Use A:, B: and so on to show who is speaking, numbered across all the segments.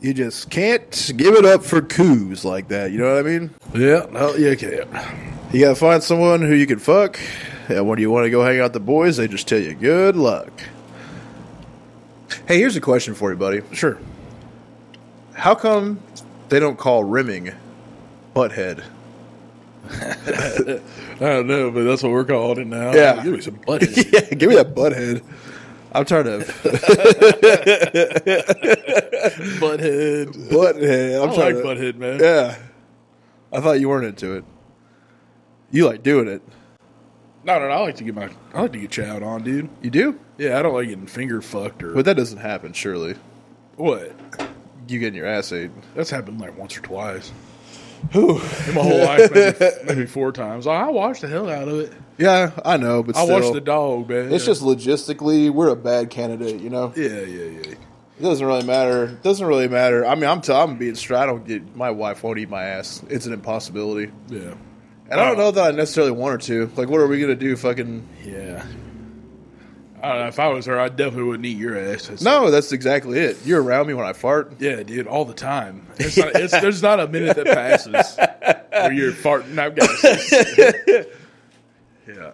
A: You just can't give it up for coups like that. You know what I mean?
B: Yeah.
A: Hell, you can't. You gotta find someone who you can fuck. And when you want to go hang out with the boys, they just tell you good luck. Hey, here's a question for you, buddy.
B: Sure.
A: How come they don't call rimming butthead?
B: I don't know, but that's what we're calling it now.
A: Yeah.
B: Give me some butter.
A: yeah, give me that butthead. I'm tired of
B: butthead.
A: butthead. I'm
B: I
A: tired of-
B: like butthead, man.
A: Yeah. I thought you weren't into it. You like doing it.
B: No, no, no. I like to get my, I like to get chowed on, dude.
A: You do?
B: Yeah, I don't like getting finger fucked or
A: But that doesn't happen, surely.
B: what.
A: You getting your ass ate.
B: That's happened like once or twice. In my whole life, maybe, maybe four times. I, I watched the hell out of it.
A: Yeah, I know, but
B: I
A: still.
B: watched the dog, man.
A: It's just logistically, we're a bad candidate, you know?
B: yeah, yeah, yeah.
A: It doesn't really matter. It doesn't really matter. I mean, I'm, t- I'm being straight. I don't get, my wife won't eat my ass. It's an impossibility.
B: Yeah.
A: And I don't know that I necessarily want her to. Like, what are we going to do? Fucking.
B: Yeah. I don't know. If I was her, I definitely wouldn't eat your ass. That's-
A: No, that's exactly it. You're around me when I fart.
B: Yeah, dude, all the time. It's not, it's, there's not a minute that passes where you're farting. I've got. yeah.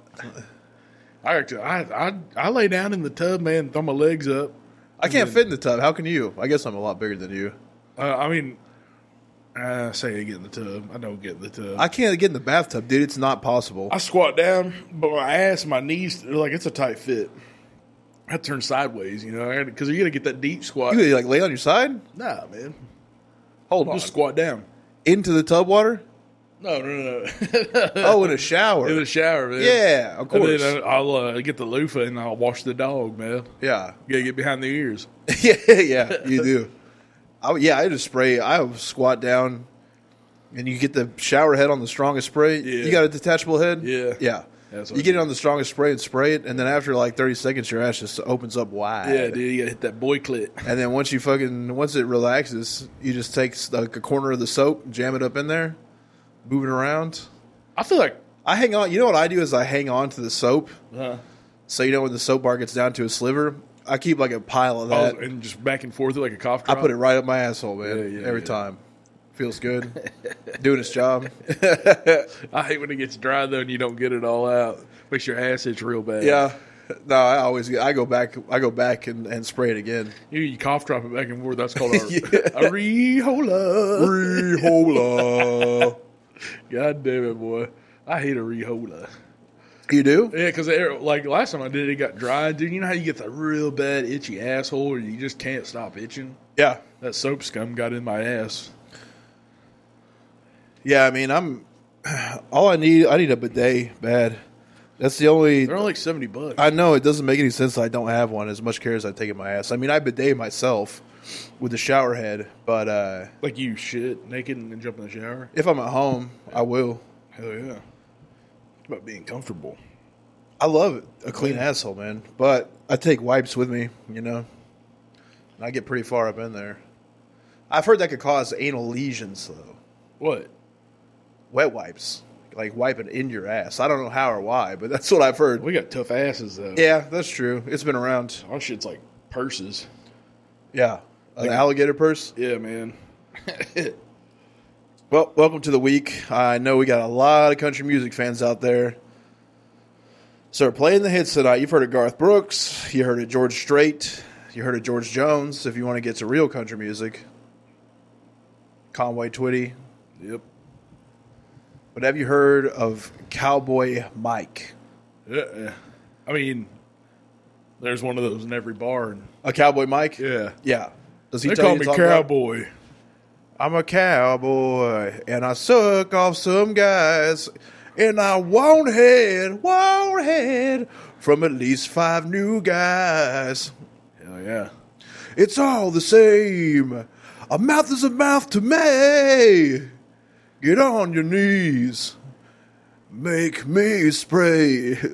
B: I, actually, I I I lay down in the tub, man. Throw my legs up.
A: I can't fit in the tub. How can you? I guess I'm a lot bigger than you.
B: Uh, I mean, I say I get in the tub. I don't get in the tub.
A: I can't get in the bathtub, dude. It's not possible.
B: I squat down, but my ass, my knees, they're like it's a tight fit. I turn sideways, you know, because you're gonna get that deep squat.
A: You gonna, like lay on your side?
B: Nah, man,
A: Hold on.
B: just squat down.
A: Into the tub water?
B: No, no, no.
A: Oh, in a shower.
B: in the shower, man.
A: yeah, of
B: And
A: course.
B: then I'll uh, get the loofah and I'll wash the dog, man.
A: yeah,
B: You gotta get behind the ears.
A: yeah, yeah. You do. I, yeah, I just spray. I would squat down, and you get the shower head on the strongest spray.
B: Yeah.
A: You got a detachable head.
B: Yeah.
A: yeah.
B: That's what
A: you
B: I
A: get it
B: do.
A: on the strongest spray and spray it, and then after like thirty seconds, your ass just opens up wide.
B: Yeah, dude, you gotta hit that boy clit.
A: And then once you fucking once it relaxes, you just take like a corner of the soap, jam it up in there, move it around.
B: I feel like,
A: I hang on. You know what I do is I hang on to the soap.
B: uh,
A: So you know when the soap bar gets down to a sliver, I keep like a pile of
B: I was-
A: that.
B: and just back and forth like a cough
A: I
B: drop.
A: put it right up my asshole, man.
B: Yeah, yeah,
A: every
B: yeah.
A: time, feels good. Doing its job.
B: I hate when it gets dry though, and you don't get it all out. Makes your ass itch real bad.
A: Yeah. No, I always get- I go back. I go back and, and spray it again.
B: You, you cough drop it back and forth. That's called a, a rehola.
A: Rehola.
B: God damn it, boy. I hate a rehola.
A: you do?
B: Yeah, because like last time I did it, it got dry. Dude, you know how you get that real bad itchy asshole where you just can't stop itching?
A: Yeah.
B: That soap scum got in my ass.
A: Yeah. I mean, I'm. All I need, I need a bidet bad. That's the only.
B: They're only like 70 bucks.
A: I know it doesn't make any sense. that I don't have one as much care as I take in my ass. I mean, I bidet myself with the shower head, but uh,
B: like you shit naked and then jump in the shower.
A: if I'm at home, I will.
B: Hell yeah. It's about being comfortable.
A: I love it. A clean asshole, man. But I take wipes with me, you know. And I get pretty far up in there. I've heard that could cause anal lesions, though.
B: What?
A: Wet wipes, like wiping in your ass. I don't know how or why, but that's what I've heard.
B: We got tough asses though.
A: Yeah, that's true. It's been around.
B: Our shit's like purses.
A: Yeah. An alligator purse?
B: Yeah, man.
A: Well, welcome to the week. I know we got a lot of country music fans out there. So we're playing the hits tonight. You've heard of Garth Brooks. You heard of George Strait. You heard of George Jones. If you want to get to real country music, Conway Twitty.
B: Yep.
A: But have you heard of Cowboy Mike?
B: Yeah. I mean, there's one of those in every bar. And,
A: A Cowboy Mike?
B: yeah.
A: Yeah. Does he
B: They
A: tell
B: call
A: you to
B: me
A: talk about-
B: cowboy.
A: I'm a cowboy and I suck off some guys and I won't head, won't head from at least five new guys.
B: Hell yeah.
A: It's all the same. A mouth is a mouth to me. Get on your knees. Make me spray.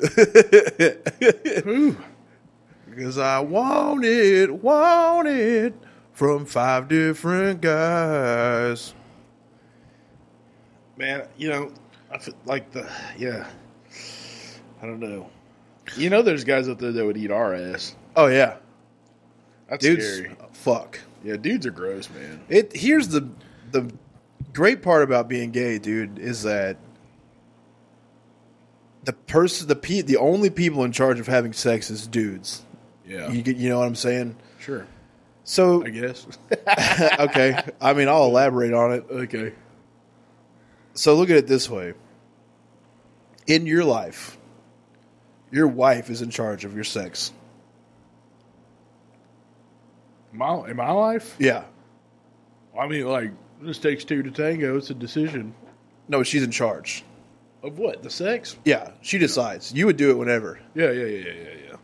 A: Because I want it, want it from five different guys.
B: Man, you know, I feel like the, yeah. I don't know. You know, there's guys out there that would eat our ass.
A: Oh, yeah.
B: That's
A: Dudes,
B: scary.
A: fuck.
B: Yeah, dudes are gross, man.
A: It here's the the great part about being gay, dude, is that the person the pe- the only people in charge of having sex is dudes.
B: Yeah,
A: You get, you know what I'm saying?
B: sure.
A: So
B: I guess.
A: okay, I mean I'll elaborate on it.
B: okay.
A: So look at it this way. In your life, your wife is in charge of your sex.
B: My in my life,
A: Yeah.
B: I mean, like this takes two to tango. It's a decision
A: No, she's in charge.
B: of what the sex.
A: Yeah, she decides. You would do it whenever,
B: Yeah, yeah, yeah, yeah, yeah.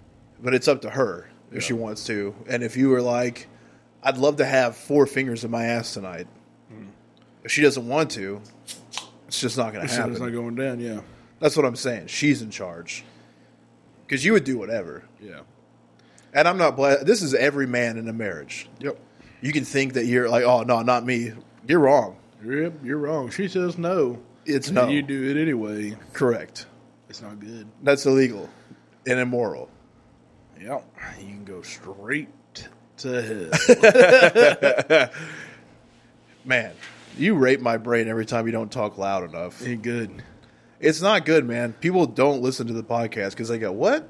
A: but it's up to her if she wants to. And if you were like, I'd love to have four fingers in my ass tonight. Hmm. If she doesn't want to, it's just not going to
B: This shit is
A: happen.
B: not going down. Yeah,
A: That's what I'm saying. She's in charge. Because you would do whatever.
B: yeah.
A: And I'm not bla This is every man in a marriage.
B: Yep.
A: You can think that you're like, oh, no, not me. You're wrong.
B: Yep, you're wrong. She says no.
A: It's
B: and
A: no.
B: You do it anyway.
A: Correct.
B: It's not good.
A: That's illegal and immoral.
B: Yeah, you can go straight to hell.
A: Man, you rape my brain every time you don't talk loud enough.
B: Ain't good.
A: It's not good, man. People don't listen to the podcast because they go, what?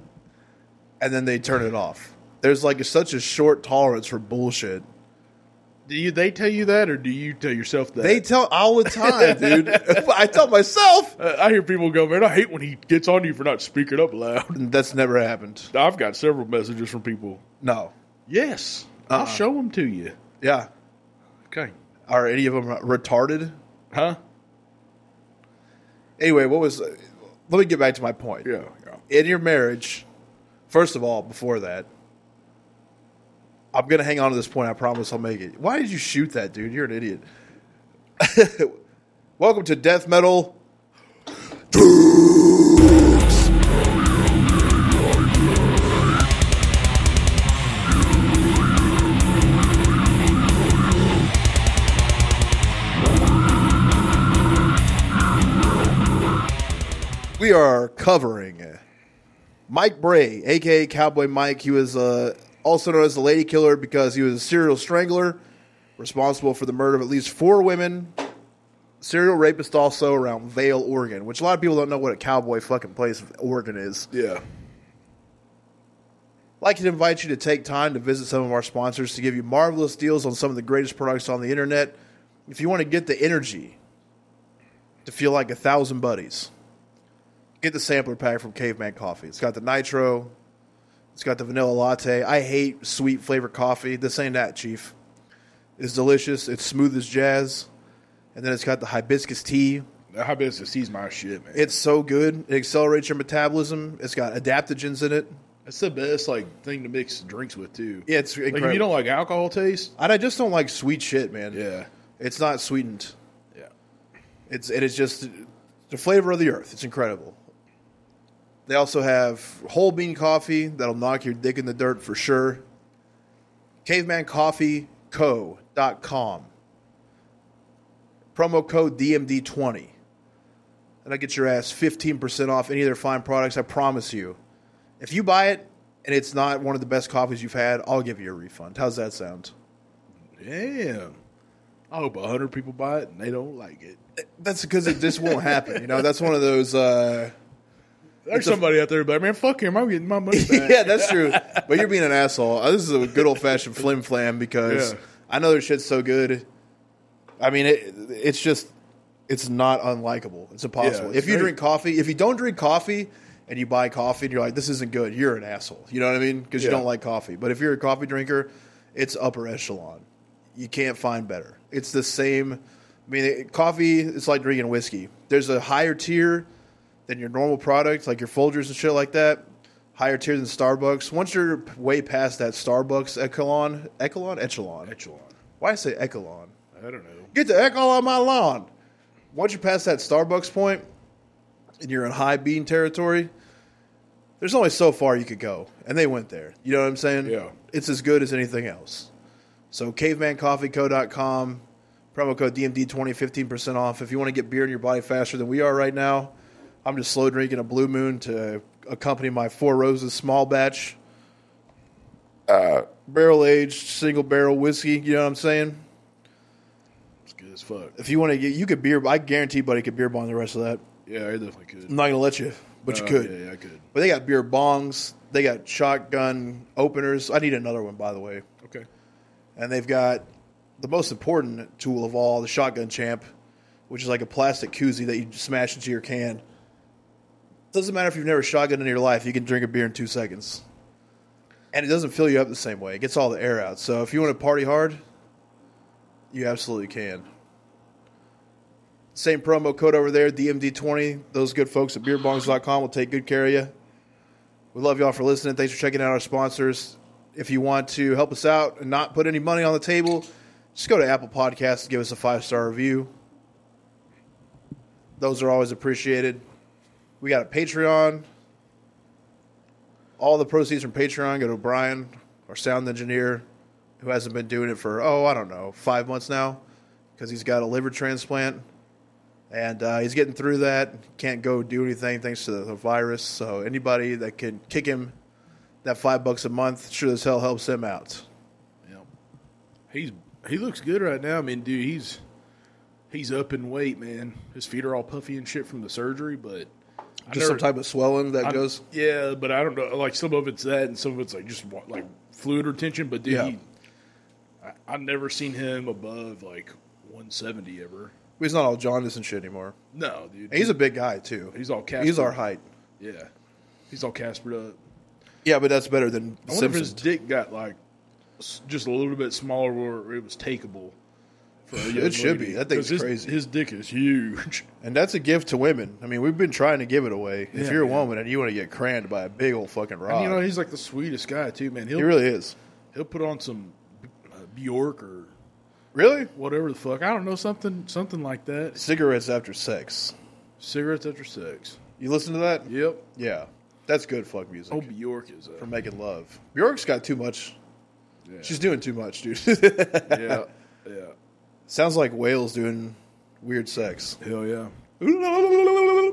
A: And then they turn it off. There's like such a short tolerance for bullshit.
B: Do you? They tell you that, or do you tell yourself that?
A: They tell all the time, dude. I tell myself.
B: Uh, I hear people go, man, I hate when he gets on you for not speaking up loud.
A: That's never happened.
B: I've got several messages from people.
A: No.
B: Yes,
A: Uh-uh.
B: I'll show them to you.
A: Yeah.
B: Okay.
A: Are any of them retarded?
B: Huh?
A: Anyway, what was. Let me get back to my point.
B: Yeah. yeah.
A: in your marriage, first of all, before that, I'm gonna hang on to this point. I promise I'll make it. Why did you shoot that dude? You're an idiot. Welcome to death metal. We are covering Mike Bray, aka Cowboy Mike. He was uh, also known as the Lady Killer because he was a serial strangler, responsible for the murder of at least four women. Serial rapist also around Vale, Oregon, which a lot of people don't know what a cowboy fucking place of Oregon is.
B: Yeah.
A: I'd like to invite you to take time to visit some of our sponsors to give you marvelous deals on some of the greatest products on the internet. If you want to get the energy to feel like a thousand buddies, get the sampler pack from Caveman Coffee. It's got the nitro, it's got the vanilla latte. I hate sweet flavored coffee. This ain't that, Chief. It's delicious, it's smooth as jazz. And then it's got the hibiscus tea.
B: How business? He's my shit, man.
A: It's so good. It accelerates your metabolism. It's got adaptogens in it.
B: It's the best like thing to mix drinks with too.
A: It's
B: Like
A: incredible.
B: if you don't like alcohol taste.
A: And I just don't like sweet shit, man.
B: Yeah.
A: It's not sweetened.
B: Yeah.
A: It's it is just the flavor of the earth. It's incredible. They also have whole bean coffee that'll knock your dick in the dirt for sure. CavemanCoffeeCo.com. Promo code DMD20. And I get your ass 15% off any of their fine products, I promise you. If you buy it and it's not one of the best coffees you've had, I'll give you a refund. How's that sound?
B: Damn. I hope a hundred people buy it and they don't like it.
A: That's because it just won't happen. You know, that's one of those. Uh,
B: There's somebody out there, but man, fuck him. I'm getting my money back.
A: yeah, that's true. But you're being an asshole. Uh, This is a good old fashioned flim flam because
B: Yeah.
A: I know their shit's so good. I mean, it, it's just it's not unlikable. It's impossible.
B: it's
A: if you
B: very-
A: drink coffee, if you don't drink coffee and you buy coffee and you're like, this isn't good, you're an asshole. You know what I mean? Because you
B: Yeah.
A: don't like coffee. But if you're a coffee drinker, it's upper echelon. You can't find better. It's the same. I mean, it- coffee. It's like drinking whiskey. There's a higher tier than your normal product, like your Folgers and shit like that. Higher tier than Starbucks. Once you're p- way past that Starbucks echelon, echelon, echelon.
B: Echelon.
A: Why I say echelon?
B: I don't know.
A: Get the heck all on my lawn. Once you pass that Starbucks point and you're in high bean territory, there's only so far you could go. And they went there. You know what I'm saying?
B: Yeah.
A: It's as good as anything else. So cavemancoffeeco.com, promo code DMD20, 15% off. If you want to get beer in your body faster than we are right now, I'm just slow drinking a Blue Moon to accompany my Four Roses small batch. barrel aged single barrel whiskey. You know what I'm saying?
B: It's good as fuck.
A: If you want to get, you could beer. I guarantee, buddy, could beer bong the rest of that.
B: Yeah, I definitely could.
A: I'm not gonna let you, Mm, but you
B: Uh,
A: could.
B: Yeah, yeah, I could.
A: But they got beer bongs. They got shotgun openers. I need another one, by the way.
B: Okay.
A: And they've got the most important tool of all, the shotgun champ, which is like a plastic koozie that you smash into your can. Doesn't matter if you've never shotgunned in your life, you can drink a beer in two seconds. And it doesn't fill you up the same way. It gets all the air out. So if you want to party hard, you absolutely can. Same promo code over there, DMD20. Those good folks at beerbongs.com will take good care of you. We love y'all for listening. Thanks for checking out our sponsors. If you want to help us out and not put any money on the table, just go to Apple Podcasts and give us a five star review. Those are always appreciated. We got a Patreon. All the proceeds from Patreon go to Brian, our sound engineer, who hasn't been doing it for, oh, I don't know, five months now because he's got a liver transplant. And uh, he's getting through that. Can't go do anything thanks to the virus. So anybody that can kick him that five bucks a month sure as hell helps him out.
B: Yeah. He's he looks good right now. I mean, dude, he's he's up in weight, man. His feet are all puffy and shit from the surgery, but I
A: Just some
B: never-
A: type of swelling that
B: I-
A: goes.
B: Yeah, but I don't know. Like some of it's that, and some of it's like just wa- like fluid retention. But dude,
A: Yeah.
B: he, I, I've never seen him above like 170 ever.
A: He's not all jaundice and shit anymore.
B: No, dude,
A: And he's a big guy too.
B: he's all Casper.
A: He's our height.
B: Yeah, he's all Casper up.
A: Yeah, but that's better than
B: I wonder if his
A: Simpsons.
B: dick got like s- just a little bit smaller where it was takeable. For a young
A: It should
B: lady.
A: be. That thing's
B: 'Cause his,
A: crazy.
B: His dick is huge.
A: and that's a gift to women. I mean, we've been trying to give it away. if
B: Yeah,
A: you're a
B: yeah.
A: woman and you want to get crammed by a big old fucking
B: And,
A: rod,
B: you know, he's like the sweetest guy too, man. He'll
A: Uh, he really is.
B: he'll put on some uh, Bjork or
A: Really?
B: whatever the fuck. I don't know something something like that.
A: Cigarettes after sex.
B: Cigarettes after sex.
A: You listen to that?
B: Yep.
A: Yeah. That's good fuck music.
B: Oh, Bjork is
A: for
B: a
A: making love. Bjork's got too much.
B: yeah.
A: She's doing too much, dude.
B: yeah, yeah,
A: Sounds like whales doing weird sex.
B: hell yeah.
A: All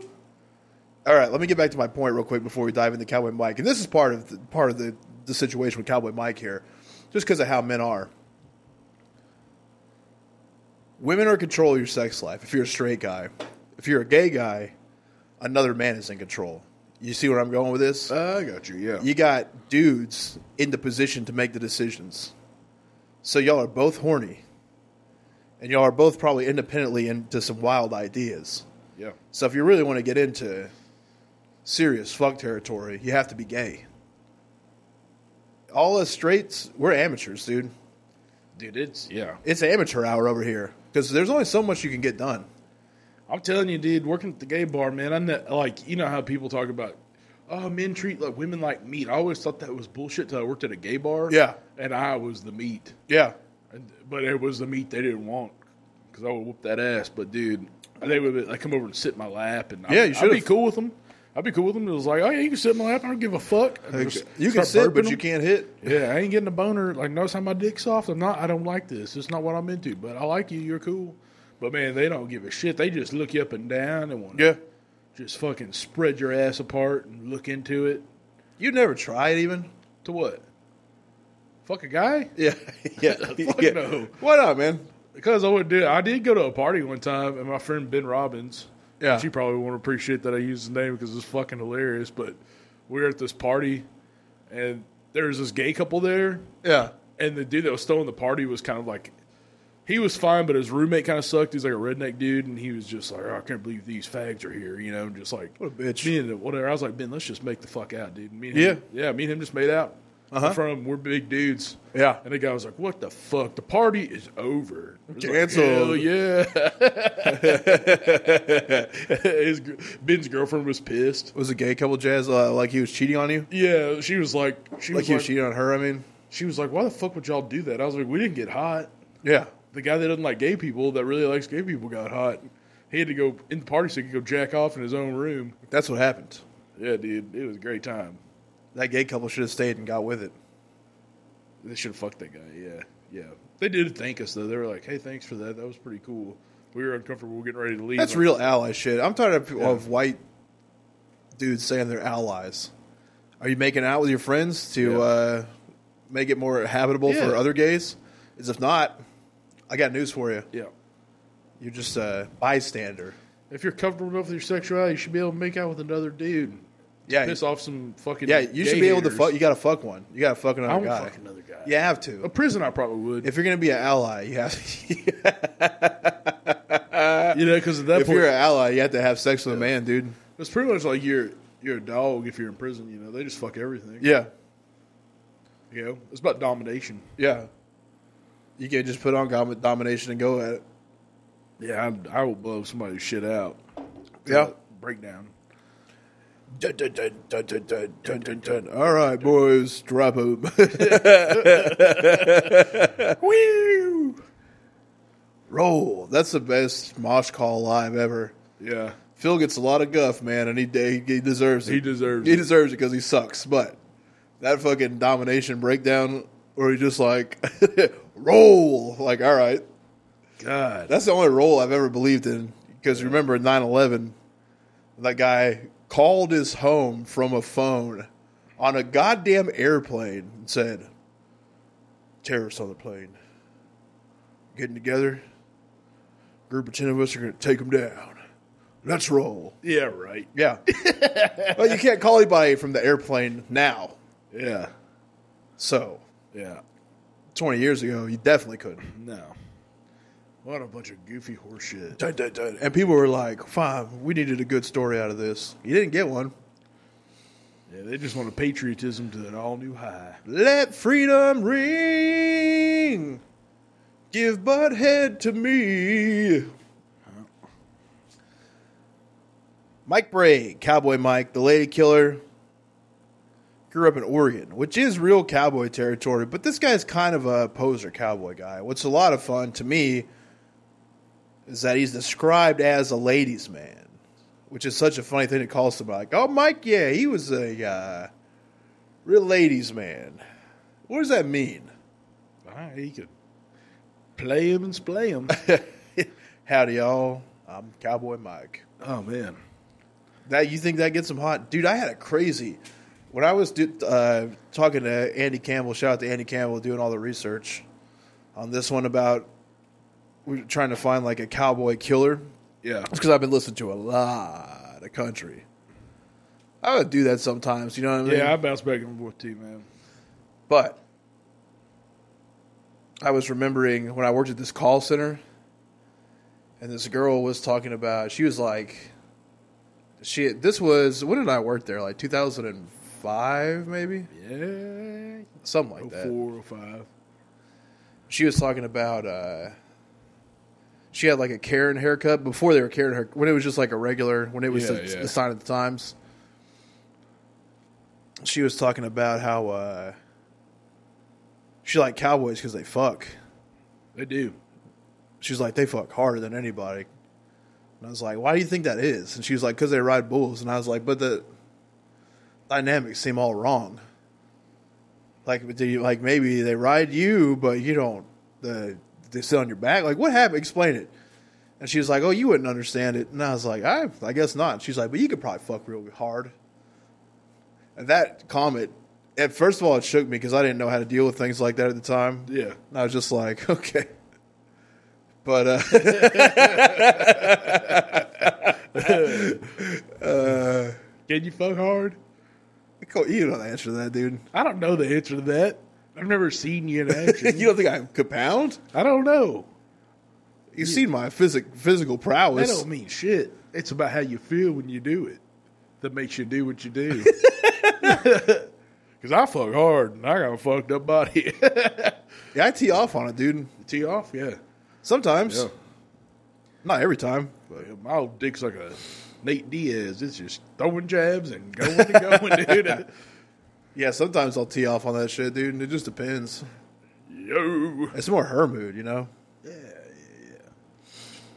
A: right, let me get back to my point real quick before we dive into Cowboy Mike. And this is part of the, part of the, the situation with Cowboy Mike here, just because of how men are. Women are in control of your sex life. If you're a straight guy, if you're a gay guy, another man is in control. You see where I'm going with this?
B: I got you. Yeah,
A: you got dudes in the position to make the decisions. So y'all are both horny. And y'all are both probably independently into some wild ideas.
B: yeah.
A: So if you really want to get into serious fuck territory, you have to be gay. All us straights, we're amateurs, dude.
B: Dude, it's yeah.
A: It's amateur hour over here because there's only so much you can get done.
B: I'm telling you, dude. Working at the gay bar, man. I'm not, like, you know how people talk about, oh, men treat like women like meat. I always thought that was bullshit till I worked at a gay bar.
A: Yeah.
B: and I was the meat,
A: Yeah.
B: and, but it was the meat they didn't want because I would whoop that ass. But dude, they would like come over and sit in my lap, and
A: Yeah,
B: I'd,
A: you
B: I'd be
A: should've.
B: cool with them. I'd be cool with them. It was like, oh yeah, you can sit in my lap. I don't give a fuck. And just
A: You can
B: start
A: sit, but
B: burping
A: you
B: them.
A: can't hit.
B: Yeah, I ain't getting a boner. Like, notice how my dick's soft. I'm not. I don't like this. It's not what I'm into. But I like you. You're cool. But man, they don't give a shit. They just look you up and down and want to
A: Yeah.
B: just fucking spread your ass apart and look into it.
A: You never tried even.
B: To what? Fuck a guy?
A: Yeah. yeah.
B: Fuck
A: yeah.
B: no.
A: Why not, man?
B: Because I would do. I did go to a party one time, and my friend Ben Robbins.
A: Yeah.
B: She probably won't appreciate that I used his name because it's fucking hilarious. But we were at this party, and there was this gay couple there,
A: Yeah.
B: and the dude that was throwing the party was kind of like he was fine, but his roommate kind of sucked. He's like a redneck dude, and he was just like, oh, "I can't believe these fags are here," you know, just like
A: What a bitch.
B: Me and whatever. I was like, "Ben, let's just make the fuck out, dude." Me and
A: Yeah.
B: him, yeah. Me and him just made out
A: Uh-huh.
B: in front of him. We're big dudes,
A: Yeah.
B: And the guy was like, "What the fuck? The party is over. I was like,
A: Canceled.
B: "Hell yeah." his gr- Ben's girlfriend was pissed.
A: Was a gay couple jazz uh, like he was cheating on you?
B: Yeah, she was like, she
A: Like
B: was
A: he was
B: like,
A: cheating on her? I mean,
B: she was like, "Why the fuck would y'all do that?" I was like, "We didn't get hot."
A: yeah,
B: the guy that doesn't like gay people that really likes gay people got hot. He had to go in the party so he could go jack off in his own room.
A: that's what happened.
B: Yeah, dude, it was a great time.
A: That gay couple should have stayed and got with it.
B: They should have fucked that guy. Yeah, yeah. They did thank us though. They were like, "Hey, thanks for that. That was pretty cool." We were uncomfortable. We were getting ready to leave.
A: That's
B: Like,
A: real ally shit. I'm tired of,
B: Yeah.
A: of white dudes saying they're allies. Are you making out with your friends to
B: Yeah.
A: uh, make it more habitable
B: Yeah.
A: for other gays? Is if not, I got news for you.
B: Yeah.
A: You're just a bystander.
B: If you're comfortable enough with your sexuality, you should be able to make out with another dude.
A: Yeah,
B: Piss off some fucking.
A: yeah. You should
B: gay
A: be able to
B: haters.
A: fuck. You got to fuck one. You got to fuck
B: I
A: another
B: would
A: guy.
B: fuck another guy.
A: You have
B: A
A: to.
B: prison, I probably would.
A: If you're going to be an ally, you have.
B: you know, because at that
A: if
B: point,
A: you're an ally, you have to have sex with a man, dude.
B: it's pretty much like you're you're a dog if you're in prison. You know, they just fuck everything.
A: Yeah,
B: You know, it's about domination.
A: yeah. You can't just put on dom- domination and go at it.
B: Yeah, I'm, I will blow somebody's shit out.
A: Yeah.
B: breakdown.
A: Dun, dun, dun, dun, dun, dun, dun, dun, dun. All right, boys, drop home.
B: Woo!
A: Roll. That's the best mosh call live ever.
B: Yeah,
A: Phil gets a lot of guff, man, and he he, he deserves it.
B: He deserves
A: He
B: it.
A: deserves it because he sucks. But that fucking domination breakdown, where he just like roll, like all right,
B: God.
A: that's the only role I've ever believed in. Because remember, 9 11, that guy called his home from a phone on a goddamn airplane and said, Terrorists on the plane. Getting together. Group of 10 of us are going to take them down. Let's roll.
B: yeah, right.
A: Yeah. well, you can't call anybody from the airplane now.
B: Yeah,
A: So,
B: yeah.
A: 20 years ago, you definitely couldn't.
B: No, what a bunch of goofy horseshit.
A: Dun, dun, dun. And people were like, fine, we needed a good story out of this. You didn't get one.
B: Yeah, they just want a patriotism to an all new high.
A: Let freedom ring. Give butt head to me. Mike Bray, Cowboy Mike, the Lady Killer, grew up in Oregon, which is real cowboy territory, but this guy's kind of a poser cowboy guy. What's a lot of fun to me is that he's described as a ladies' man, which is such a funny thing to call somebody. Like, oh, Mike, yeah, he was a uh, real ladies' man. What does that mean?
B: All right, he could play him and splay him.
A: Howdy, y'all. I'm Cowboy Mike.
B: oh man,
A: That you think that gets him hot, dude? I had a crazy when I was do, uh, talking to Andy Campbell. Shout out to Andy Campbell doing all the research on this one about we were trying to find like a cowboy killer.
B: yeah.
A: It's because I've been listening to a lot of country. I would do that sometimes, you know what I mean?
B: Yeah, I bounce back and forth too, man.
A: But I was remembering when I worked at this call center, and this girl was talking about. She was like, "She this was when did I work there? Like 2005, maybe
B: Yeah,
A: something like
B: oh,
A: that."
B: four or five.
A: She was talking about. uh she had like a Karen haircut before they were Karen haircut when it was just like a regular when it was
B: Yeah,
A: the,
B: yeah.
A: the sign of the times. She was talking about how uh, she liked cowboys because they fuck.
B: They do.
A: She's like, they fuck harder than anybody. And I was like, why do you think that is? And she was like, because they ride bulls. And I was like, but the dynamics seem all wrong. Like, but do you, like maybe they ride you, but you don't. The they sit on your back. Like, what happened? Explain it. And she was like, oh, you wouldn't understand it. And I was like, I, I guess not. And she's like, but you could probably fuck real hard. And that comment, at first of all, it shook me because I didn't know how to deal with things like that at the time.
B: Yeah.
A: And I was just like, okay. But uh,
B: Can you fuck hard?
A: Cole, you don't answer that, dude.
B: I don't know the answer to that. I've never seen you in action.
A: you don't think I could pound?
B: I don't know.
A: You've seen my physic physical
B: That
A: prowess.
B: don't mean shit. It's about how you feel when you do it that makes you do what you do. Because I fuck hard and I got a fucked up body.
A: Yeah, I tee off on it, dude.
B: Tee off, yeah.
A: Sometimes,
B: Yeah.
A: not every time.
B: But my old dick's like a Nate Diaz. It's just throwing jabs and going and going, dude.
A: Yeah, sometimes I'll tee off on that shit, dude. And it just depends.
B: Yo.
A: It's more her mood, you know.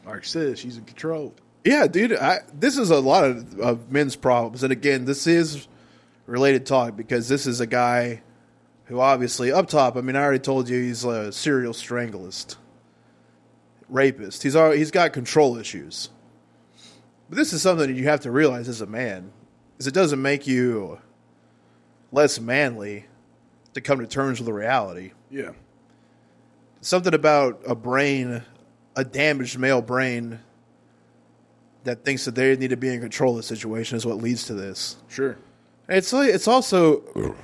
B: Like I said, she's in control.
A: Yeah, dude. I, this is a lot of, of men's problems, and again, this is related talk because this is a guy who obviously up top. I mean, I already told you he's a serial stranglist, rapist. He's al- he's got control issues. But this is something that you have to realize as a man, is it doesn't make you less manly to come to terms with the reality.
B: Yeah.
A: Something about a brain, a damaged male brain, that thinks that they need to be in control of the situation is what leads to this.
B: Sure.
A: It's like- it's also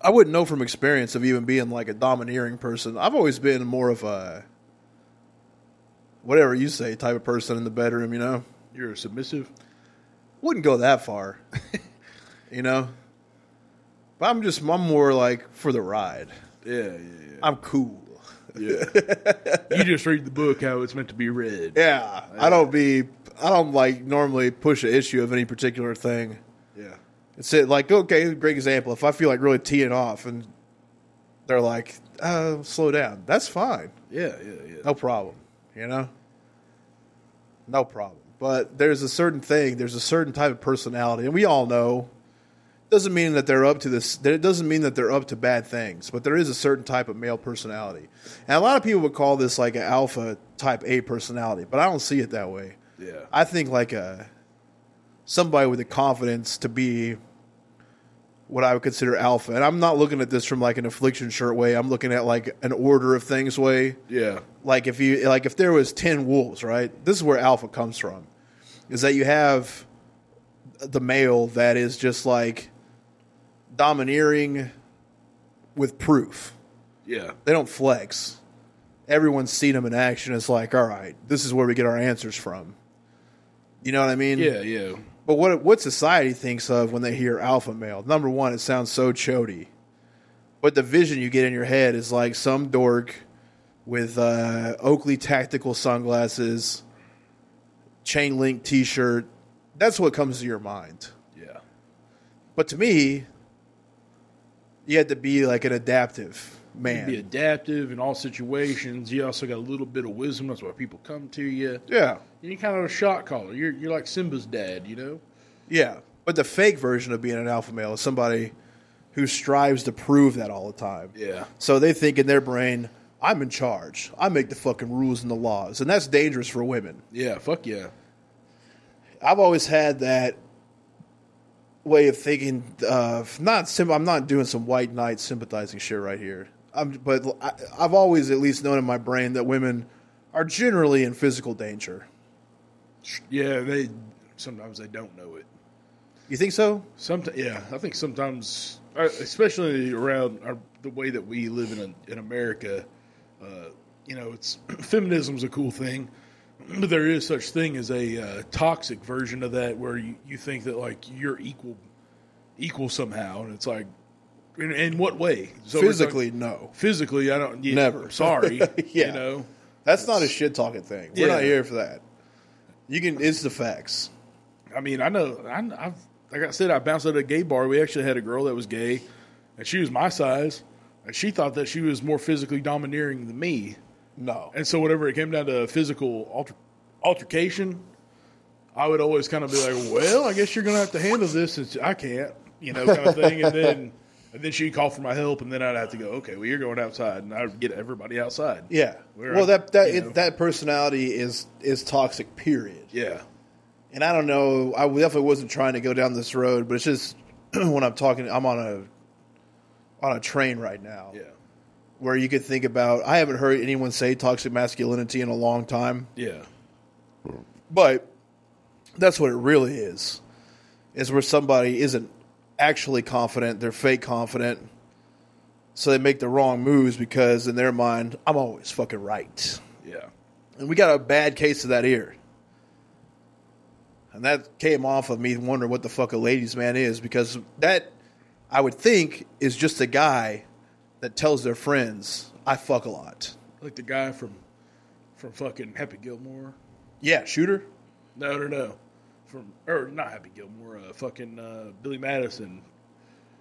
A: I wouldn't know from experience of even being like a domineering person. I've always been more of a whatever you say type of person in the bedroom, you know.
B: You're submissive.
A: Wouldn't go that far. you know. But I'm just I'm more like for the ride.
B: Yeah, yeah,
A: I'm cool.
B: yeah. yeah. you just read the book how it's meant to be read.
A: Yeah. I don't be I don't like normally push an issue of any particular thing.
B: Yeah.
A: It's it like okay, great example. If I feel like really teeing off, and they're like, uh, "Slow down," that's fine,
B: Yeah, yeah, yeah.
A: no problem. You know, no problem. But there's a certain thing. There's a certain type of personality, and we all know. Doesn't mean that they're up to this. that It doesn't mean that they're up to bad things. But there is a certain type of male personality, and a lot of people would call this like an alpha type A personality. But I don't see it that way.
B: Yeah.
A: I think like a somebody with the confidence to be what I would consider alpha. And I'm not looking at this from like an affliction shirt way. I'm looking at like an order of things way.
B: yeah.
A: Like if you like if there was 10 wolves, right? This is where alpha comes from. Is that you have the male that is just like domineering with proof.
B: Yeah.
A: They don't flex. Everyone's seen them in action. It's like, all right, this is where we get our answers from. You know what I mean?
B: Yeah, yeah.
A: But what what society thinks of when they hear alpha male? Number one, it sounds so chody. But the vision you get in your head is like some dork with uh, Oakley tactical sunglasses, chain link T shirt. That's what comes to your mind.
B: Yeah.
A: But to me, you had to be like an adaptive man.
B: Be adaptive in all situations. You also got a little bit of wisdom. That's why people come to you.
A: yeah,
B: You're kind of a shot caller. You're you're like Simba's dad, you know.
A: yeah. But the fake version of being an alpha male is somebody who strives to prove that all the time.
B: Yeah.
A: So they think in their brain, I'm in charge. I make the fucking rules and the laws. And that's dangerous for women.
B: Yeah. Fuck yeah.
A: I've always had that way of thinking of not sim- I'm not doing some white knight sympathizing shit right here. I'm, but I, I've always at least known in my brain that women are generally in physical danger.
B: Yeah. They sometimes they don't know it.
A: You think so?
B: Sometimes, yeah, I think sometimes, uh, especially around our, the way that we live in in America, uh, you know, it's feminism's a cool thing, but there is such thing as a uh, toxic version of that where you, you think that like you're equal, equal somehow, and it's like, in, in what way? So we're talking-
A: Physically, no.
B: physically, I don't. Yeah,
A: Never.
B: Sorry.
A: Yeah.
B: You know.
A: That's not a shit talking thing. We're
B: Yeah.
A: not here for that. You can. It's the facts.
B: I mean, I know, I, I've, like I said, I bounced at a gay bar. We actually had a girl that was gay, and she was my size, and she thought that she was more physically domineering than me.
A: No.
B: And so, whenever it came down to physical alter, altercation, I would always kind of be like, "Well, I guess you're going to have to handle this since I can't," you know, kind of thing. And then, and then she'd call for my help, and then I'd have to go, "Okay, well, you're going outside," and I'd get everybody outside.
A: Yeah.
B: We're-
A: well, that that
B: you know.
A: it, that personality is is toxic. Period.
B: yeah,
A: And I don't know. I definitely wasn't trying to go down this road, but it's just when I'm talking, I'm on a on a train right now
B: yeah,
A: where you could think about. I haven't heard anyone say toxic masculinity in a long time,
B: yeah,
A: but that's what it really is. Is where somebody isn't actually confident; they're fake confident. So they make the wrong moves because in their mind, I'm always fucking right.
B: yeah,
A: And we got a bad case of that here. And that came off of me wondering what the fuck a ladies' man is because that, I would think, is just a guy that tells their friends, I fuck a lot.
B: like the guy from from fucking Happy Gilmore.
A: Yeah, shooter?
B: No, no, no. From or not Happy Gilmore, uh, fucking uh, Billy Madison,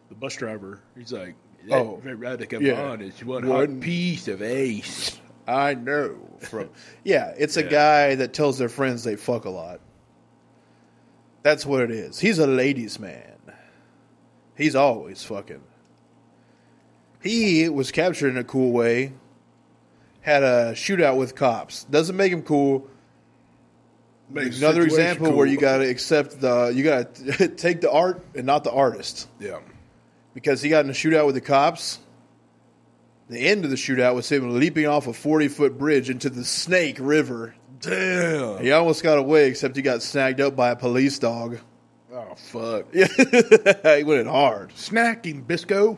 B: the bus driver. He's like,
A: Oh,
B: oh, ride come
A: yeah.
B: on, it's one,
A: One-
B: hot piece of ace.
A: I know. From Yeah, it's a
B: Yeah.
A: guy that tells their friends they fuck a lot. That's what it is. He's a ladies' man. He's always fucking. He was captured in a cool way. Had a shootout with cops. Doesn't make him cool.
B: Makes the
A: Another
B: situation
A: example where
B: cool.
A: you got to accept the you got to take the art and not the artist.
B: yeah,
A: because he got in a shootout with the cops. The end of the shootout was him leaping off a 40 foot bridge into the Snake River.
B: Damn.
A: He almost got away, except he got snagged up by a police dog.
B: Oh fuck.
A: Yeah, he went in hard.
B: Snacking Bisco.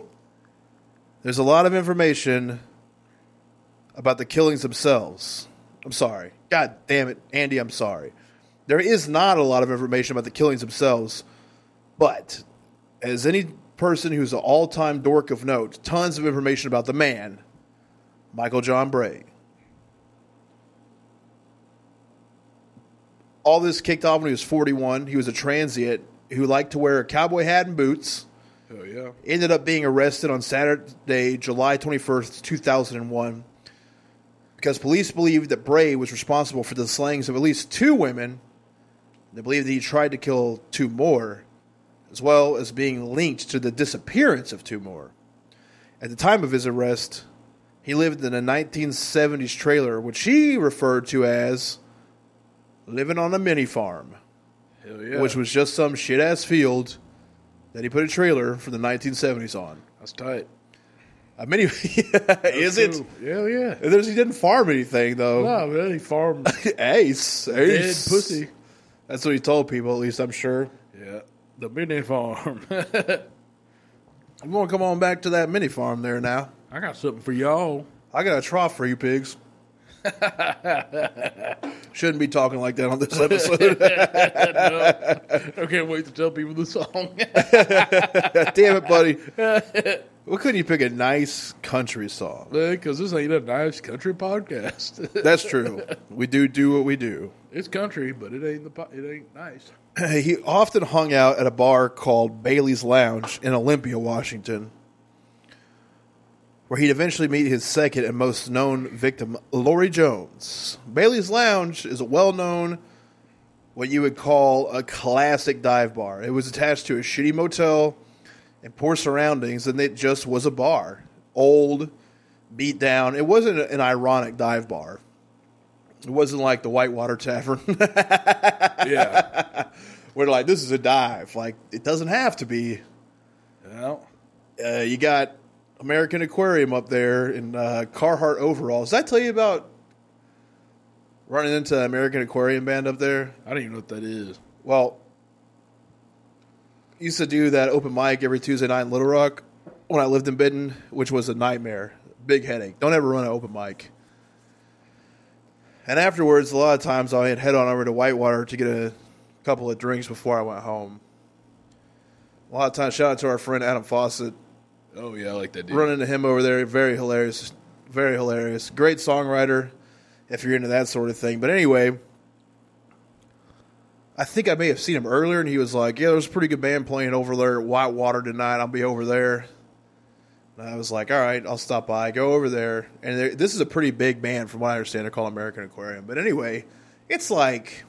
A: There's a lot of information about the killings themselves. I'm sorry. God damn it, Andy, I'm sorry. There is not a lot of information about the killings themselves, but as any person who's an all time dork of note, tons of information about the man, Michael John Bray. All this kicked off when he was 41. He was a transient who liked to wear a cowboy hat and boots
B: Hell yeah.
A: ended up being arrested on Saturday, July 21st, 2001, because police believed that Bray was responsible for the slayings of at least two women. They believed that he tried to kill two more, as well as being linked to the disappearance of two more. At the time of his arrest, he lived in a 1970s trailer, which he referred to as living on a mini farm
B: Hell yeah.
A: which was just some shit ass field that he put a trailer from the 1970s on.
B: that's tight.
A: A mini is it?
B: Hell yeah.
A: There's he didn't farm anything though.
B: No, man, he farmed
A: Ace,
B: dead
A: ace,
B: pussy.
A: That's what he told people. At least I'm sure.
B: Yeah. The mini farm.
A: I'm gonna come on back to that mini farm there now.
B: I got something for y'all.
A: I got a trough for you pigs. Shouldn't be talking like that on this episode.
B: I can't wait to tell people the song.
A: Damn it, buddy. Why couldn't you pick a nice country song?
B: Because this ain't a nice country podcast.
A: That's true. We do do what we do.
B: it's country, but it ain't the po- it ain't nice.
A: he often hung out at a bar called Bailey's Lounge in Olympia, Washington, where he'd eventually meet his second and most known victim, Lori Jones. Bailey's Lounge is a well known, what you would call a classic dive bar. It was attached to a shitty motel and poor surroundings, and it just was a bar. Old, beat down. It wasn't an ironic dive bar. It wasn't like the Whitewater Tavern.
B: Yeah.
A: We're like, this is a dive. Like, it doesn't have to be.
B: well,
A: Uh, you got American Aquarium up there in uh, Carhartt overalls. Did I tell you about running into American Aquarium band up there?
B: I don't even know what that is.
A: Well, used to do that open mic every Tuesday night in Little Rock when I lived in Benton, which was a nightmare, big headache. Don't ever run an open mic. And afterwards, a lot of times I'd head on over to Whitewater to get a couple of drinks before I went home. A lot of times, shout out to our friend Adam Fawcett.
B: Oh yeah, I like that dude.
A: Run into him over there. Very hilarious. Very hilarious. Great songwriter if you're into that sort of thing. But anyway, I think I may have seen him earlier and he was like, Yeah, there's a pretty good band playing over there at Whitewater tonight. I'll be over there. And I was like, All right, I'll stop by. Go over there. And there, this is a pretty big band from what I understand. They're called American Aquarium. But anyway, it's like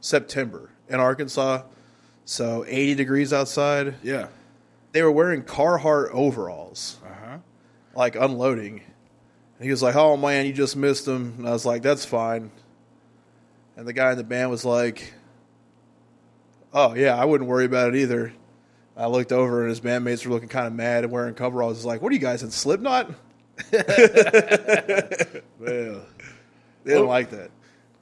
A: September in Arkansas. So 80 degrees outside.
B: Yeah.
A: They were wearing Carhartt overalls
B: Uh huh.
A: like unloading. And he was like, "Oh man, you just missed him." And I was like, "That's fine." And the guy in the band was like, "Oh yeah, I wouldn't worry about it either." I looked over and his bandmates were looking kind of mad and wearing coveralls. It's like, "What are you guys in Slipknot?"
B: Well,
A: They didn't
B: Oh.
A: like that.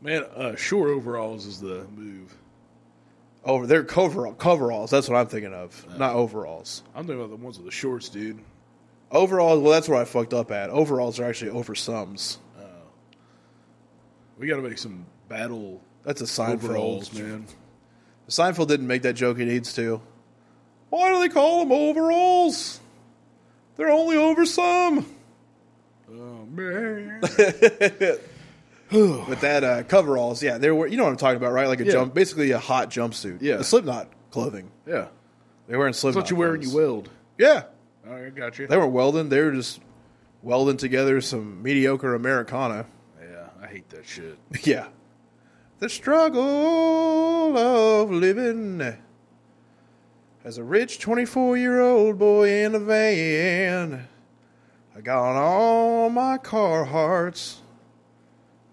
B: man, uh, short overalls is the move.
A: Over their coverall coveralls. That's what I'm thinking of, not overalls.
B: I'm thinking about the ones with the shorts, dude.
A: Overalls. Well, that's where I fucked up at. Overalls are actually over sums.
B: Uh, We got to make some battle
A: That's a Seinfeld.
B: overalls, man.
A: Seinfeld didn't make that joke he needs to. Why do they call them overalls? They're only over some.
B: Oh man.
A: But that uh, coveralls, yeah, they were. You know what I'm talking about, right? Like a
B: Yeah.
A: jump, basically a hot jumpsuit.
B: Yeah.
A: the Slipknot clothing.
B: yeah.
A: They were in
B: That's
A: Slipknot.
B: what you wear when
A: clothes.
B: you weld.
A: Yeah,
B: All right, got you.
A: they were welding. They were just welding together some mediocre Americana.
B: Yeah, I hate that shit.
A: yeah, the struggle of living. As a rich 24 year old boy in a van, I got on all my car hearts.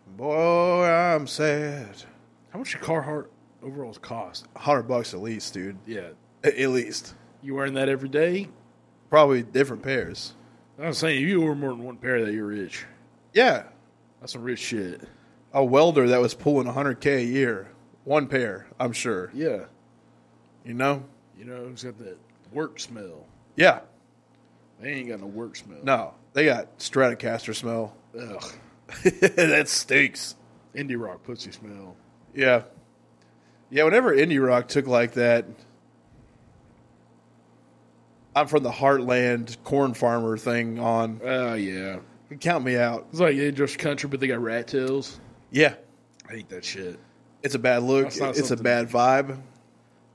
A: Boy, I'm sad.
B: How much do Carhartt overalls cost?
A: 100 bucks at least, dude.
B: Yeah,
A: At least.
B: you wearing that every day?
A: probably different pairs.
B: I was saying, if you wore more than one pair, of that you're rich.
A: Yeah,
B: That's some rich shit.
A: a welder that was pulling 100k a year, one pair, I'm sure.
B: Yeah.
A: You know?
B: You know, it's got that work smell.
A: Yeah.
B: They ain't got no work smell.
A: No, they got Stratocaster smell.
B: Ugh.
A: that stinks.
B: Indie rock pussy smell.
A: Yeah. Yeah, whenever indie rock took like that, I'm from the heartland corn farmer thing on.
B: Oh, yeah.
A: Count me out.
B: It's like they just country, but they got rat tails.
A: Yeah.
B: I hate that shit.
A: It's a bad look.
B: That's not
A: It's a
B: something-
A: bad vibe.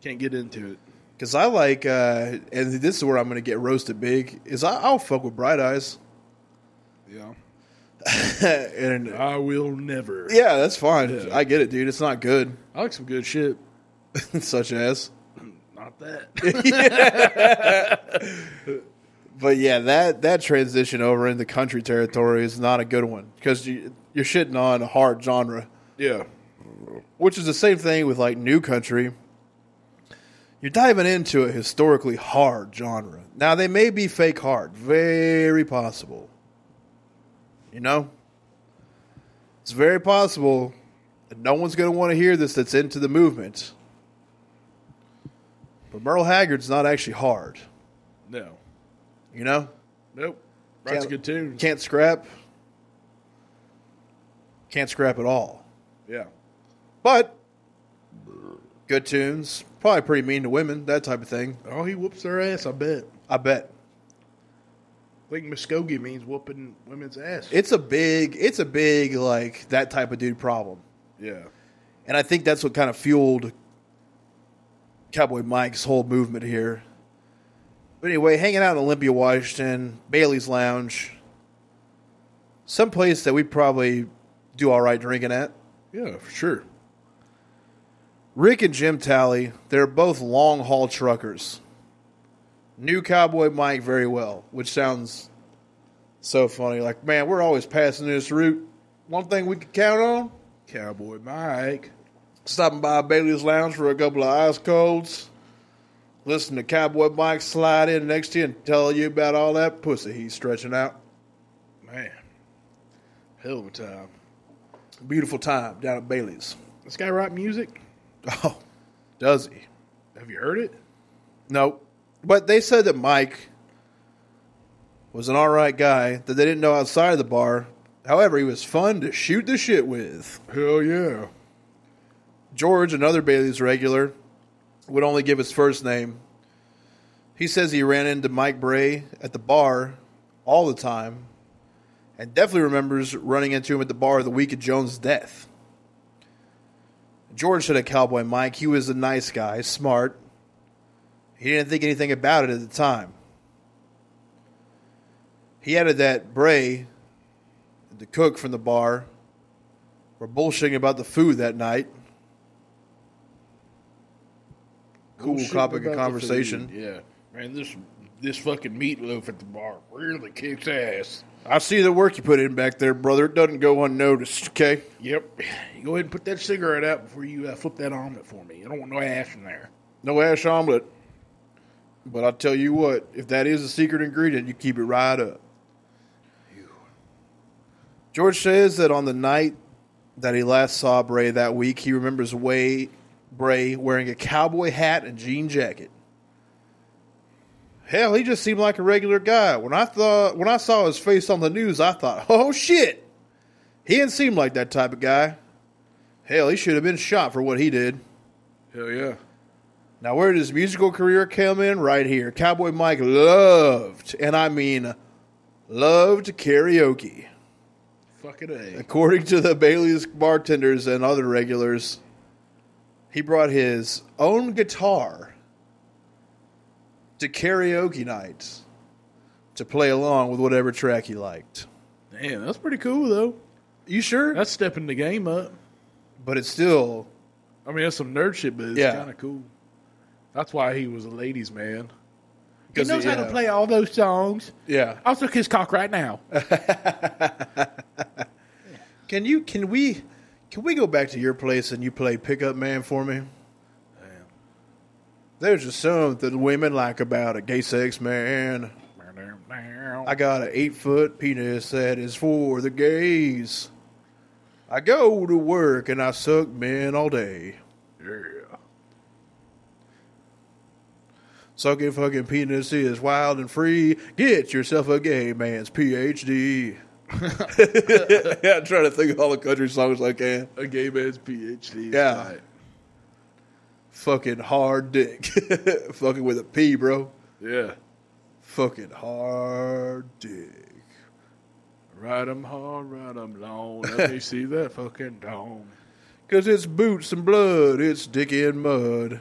B: Can't get into it.
A: Because I like, uh, and this is where I'm going to get roasted big, is I, I'll fuck with Bright Eyes.
B: Yeah.
A: and
B: I will never.
A: yeah, that's fine.
B: Yeah.
A: I get it, dude. It's not good.
B: I like some good shit.
A: Such as.
B: Not that.
A: But yeah, that that transition over into country territory is not a good one because you, you're shitting on a hard genre,
B: yeah.
A: which is the same thing with like new country. You're diving into a historically hard genre. Now they may be fake hard, very possible. You know, it's very possible. that No one's going to want to hear this. That's into the movement. But Merle Haggard's not actually hard.
B: No.
A: You know,
B: Nope. That's
A: Can't-
B: a good tune.
A: can't scrap can't scrap at all
B: Yeah.
A: but good tunes probably pretty mean to women that type of thing
B: Oh, he whoops their ass, I bet.
A: i bet
B: I think Muskogee means whooping women's ass.
A: it's a big it's a big like that type of dude problem
B: yeah.
A: and i think that's what kind of fueled cowboy mike's whole movement here but anyway hanging out in olympia washington bailey's lounge someplace that we probably do all right drinking at
B: Yeah, for sure.
A: Rick and Jim Talley, they're both long haul truckers. Knew Cowboy Mike very well, which sounds so funny. Like, man, we're always passing this route. One thing we could count on
B: Cowboy Mike.
A: stopping by Bailey's Lounge for a couple of ice colds. Listen to Cowboy Mike slide in next to you and tell you about all that pussy he's stretching out.
B: Man. Hell of a time.
A: Beautiful time down at Bailey's.
B: This guy write music?
A: Oh, does he?
B: Have you heard it?
A: No. But they said that Mike was an all right guy that they didn't know outside of the bar. However, he was fun to shoot the shit with.
B: Hell yeah.
A: George, another Bailey's regular, would only give his first name. He says he ran into Mike Bray at the bar all the time and definitely remembers running into him at the bar the week of Jones' death. George said of Cowboy Mike, he was a nice guy, smart. He didn't think anything about it at the time. He added that Bray, the cook from the bar, were bullshitting about the food that night. Cool
B: Bullshit
A: topic
B: about
A: of
B: the
A: conversation.
B: food. Yeah. Man, this this fucking meatloaf at the bar really kicks ass.
A: I see the work you put in back there, brother. It doesn't go unnoticed, okay?
B: Yep. You go ahead and put that cigarette out before you uh, flip that omelet for me. I don't want no ash in there.
A: No ash omelet. But I'll tell you what, if that is a secret ingredient, you keep it right up. George says that on the night that he last saw Bray that week, he remembers way Bray wearing a cowboy hat and jean jacket. Hell, he just seemed like a regular guy. When I thought when I saw his face on the news, I thought, "Oh shit." He didn't seem like that type of guy. Hell, he should have been shot for what he did.
B: Hell yeah.
A: Now, where did his musical career come in? Right here. Cowboy Mike loved, and I mean loved karaoke.
B: Fucking A.
A: According to the Bailey's bartenders and other regulars, he brought his own guitar to karaoke nights to play along with whatever track he liked.
B: Damn, that's pretty cool, though.
A: You sure?
B: That's stepping the game up.
A: But it's still,
B: I mean, that's some nerd shit, but it's
A: Yeah.
B: kind of cool. That's why he was a ladies' man. He uh,
A: 'Cause
B: knows
A: he-
B: how
A: yeah.
B: to play all those songs.
A: yeah.
B: I'll suck his cock right now.
A: Can you? Can we? Can we go back to your place and you play Pickup Man for me? There's just something women like about a gay sex man.
C: Wow.
A: I got an eight foot penis that is for the gays. I go to work and I suck men all day.
B: Yeah.
A: Sucking fucking penis is wild and free. Get yourself a gay man's PhD. yeah, I'm trying to think of all the country songs I can.
B: A gay man's PhD.
A: Yeah. Fucking hard dick. fucking with a P, bro.
B: Yeah.
A: Fucking hard dick.
B: Ride 'em hard, ride 'em long. Let me see that fucking dome.
A: Cause it's boots and blood, it's dick and mud.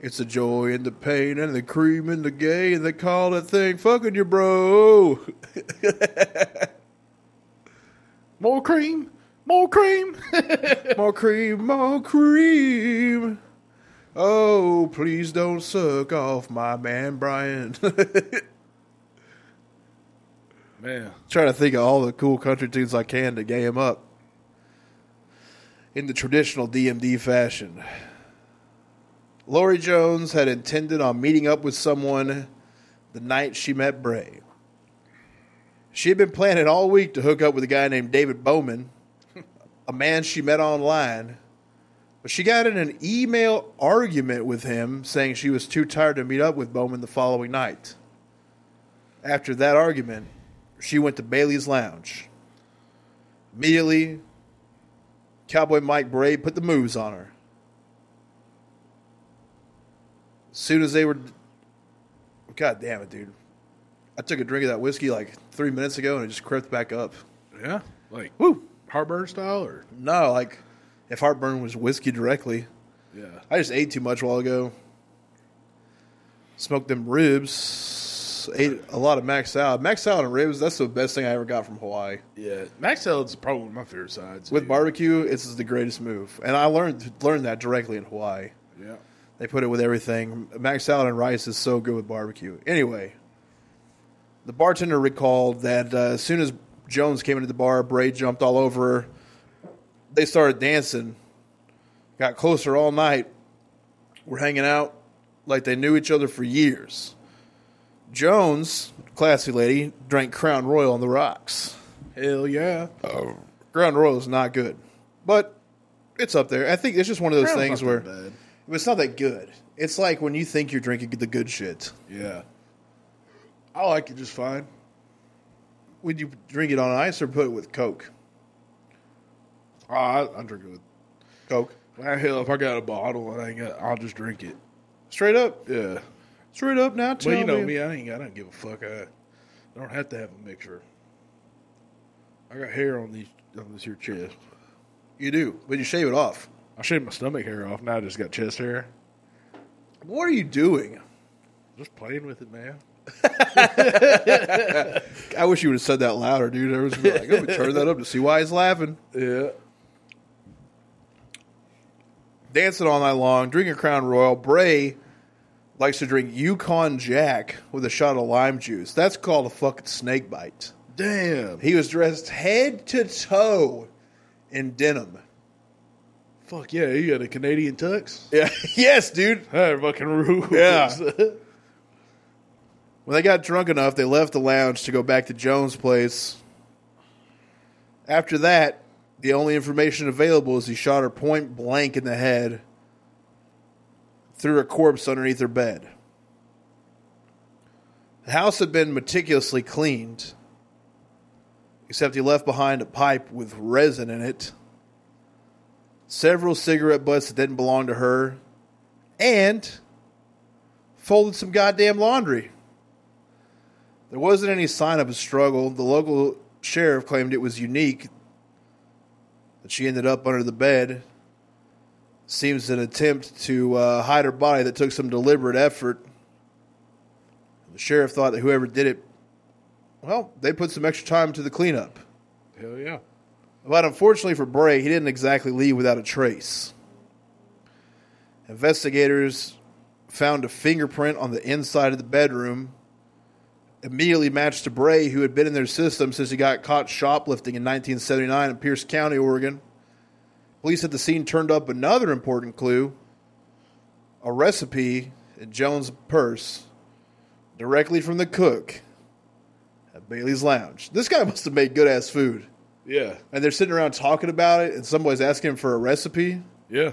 A: It's the joy and the pain and the cream and the gay and they call that thing fucking your bro.
B: More cream. More cream.
A: more cream, more cream. Oh, please don't suck off my man Brian.
B: Man.
A: Trying to think of all the cool country tunes I can to gay him up. In the traditional DMD fashion. Lori Jones had intended on meeting up with someone the night she met Bray. She had been planning all week to hook up with a guy named David Bowman, a man she met online, but she got in an email argument with him saying she was too tired to meet up with Bowman the following night. After that argument, she went to Bailey's Lounge. Immediately, Cowboy Mike Bray put the moves on her. As soon as they were. God damn it, dude. I took a drink of that whiskey like three minutes ago and it just crept back up.
B: Yeah. Like
A: Woo!
B: heartburn style or
A: No, like if heartburn was whiskey directly.
B: yeah.
A: I just ate too much a while ago. Smoked them ribs. Ate a lot of mac salad. Mac salad and ribs, that's the best thing I ever got from Hawaii.
B: Yeah. Max salad's probably one of my favorite sides.
A: With
B: dude.
A: barbecue, it's the greatest move. And I learned learned that directly in Hawaii.
B: Yeah.
A: They put it with everything. Mac salad and rice is so good with barbecue. Anyway, the bartender recalled that uh, as soon as Jones came into the bar, Bray jumped all over her. They started dancing, got closer all night. We're hanging out like they knew each other for years. Jones, classy lady, drank Crown Royal on the rocks.
B: Hell yeah.
A: Crown Royal is not good, but it's up there. I think it's just one of those
B: Crown's
A: things
B: not
A: where
B: that bad.
A: but it's not that good. It's like when you think you're drinking the good shit.
B: Yeah. I like it just fine.
A: Would you drink it on ice or put it with Coke?
B: Oh, I, I drink it with.
A: Coke.
B: Well, hell, if I got a bottle and I ain't got, I'll just drink it.
A: Straight up.
B: Yeah.
A: Straight up now.
B: Well,
A: Tell
B: you know
A: me.
B: me, I ain't. I don't give a fuck. I, I don't have to have a mixer. I got hair on these on this here chest.
A: You do, but you shave it off.
B: I shaved my stomach hair off. Now I just got chest hair.
A: What are you doing?
B: Just playing with it, man.
A: I wish you would have said that louder, dude. I was like, I'm gonna turn that up to see why he's laughing.
B: Yeah.
A: Dancing all night long, drinking Crown Royal. Bray likes to drink Yukon Jack with a shot of lime juice. That's called a fucking snake bite.
B: Damn.
A: He was dressed head to toe in denim.
B: Fuck yeah. You got a Canadian tux.
A: Yeah. yes, dude.
B: That fucking rules.
A: Yeah. When they got drunk enough, they left the lounge to go back to Jones' place. After that, the only information available is he shot her point blank in the head, threw her corpse underneath her bed. The house had been meticulously cleaned, except he left behind a pipe with resin in it, several cigarette butts that didn't belong to her, and folded some goddamn laundry. There wasn't any sign of a struggle. The local sheriff claimed it was unique that she ended up under the bed. Seems an attempt to uh, hide her body that took some deliberate effort. The sheriff thought that whoever did it, well, they put some extra time to the cleanup.
B: Hell yeah.
A: But unfortunately for Bray, he didn't exactly leave without a trace. Investigators found a fingerprint on the inside of the bedroom, immediately matched to Bray, who had been in their system since he got caught shoplifting in 1979 in Pierce County, Oregon. Police at the scene turned up another important clue a recipe in Jones' purse directly from the cook at Bailey's Lounge. This guy must have made good ass food.
B: Yeah.
A: And they're sitting around talking about it, and somebody's asking him for a recipe.
B: Yeah.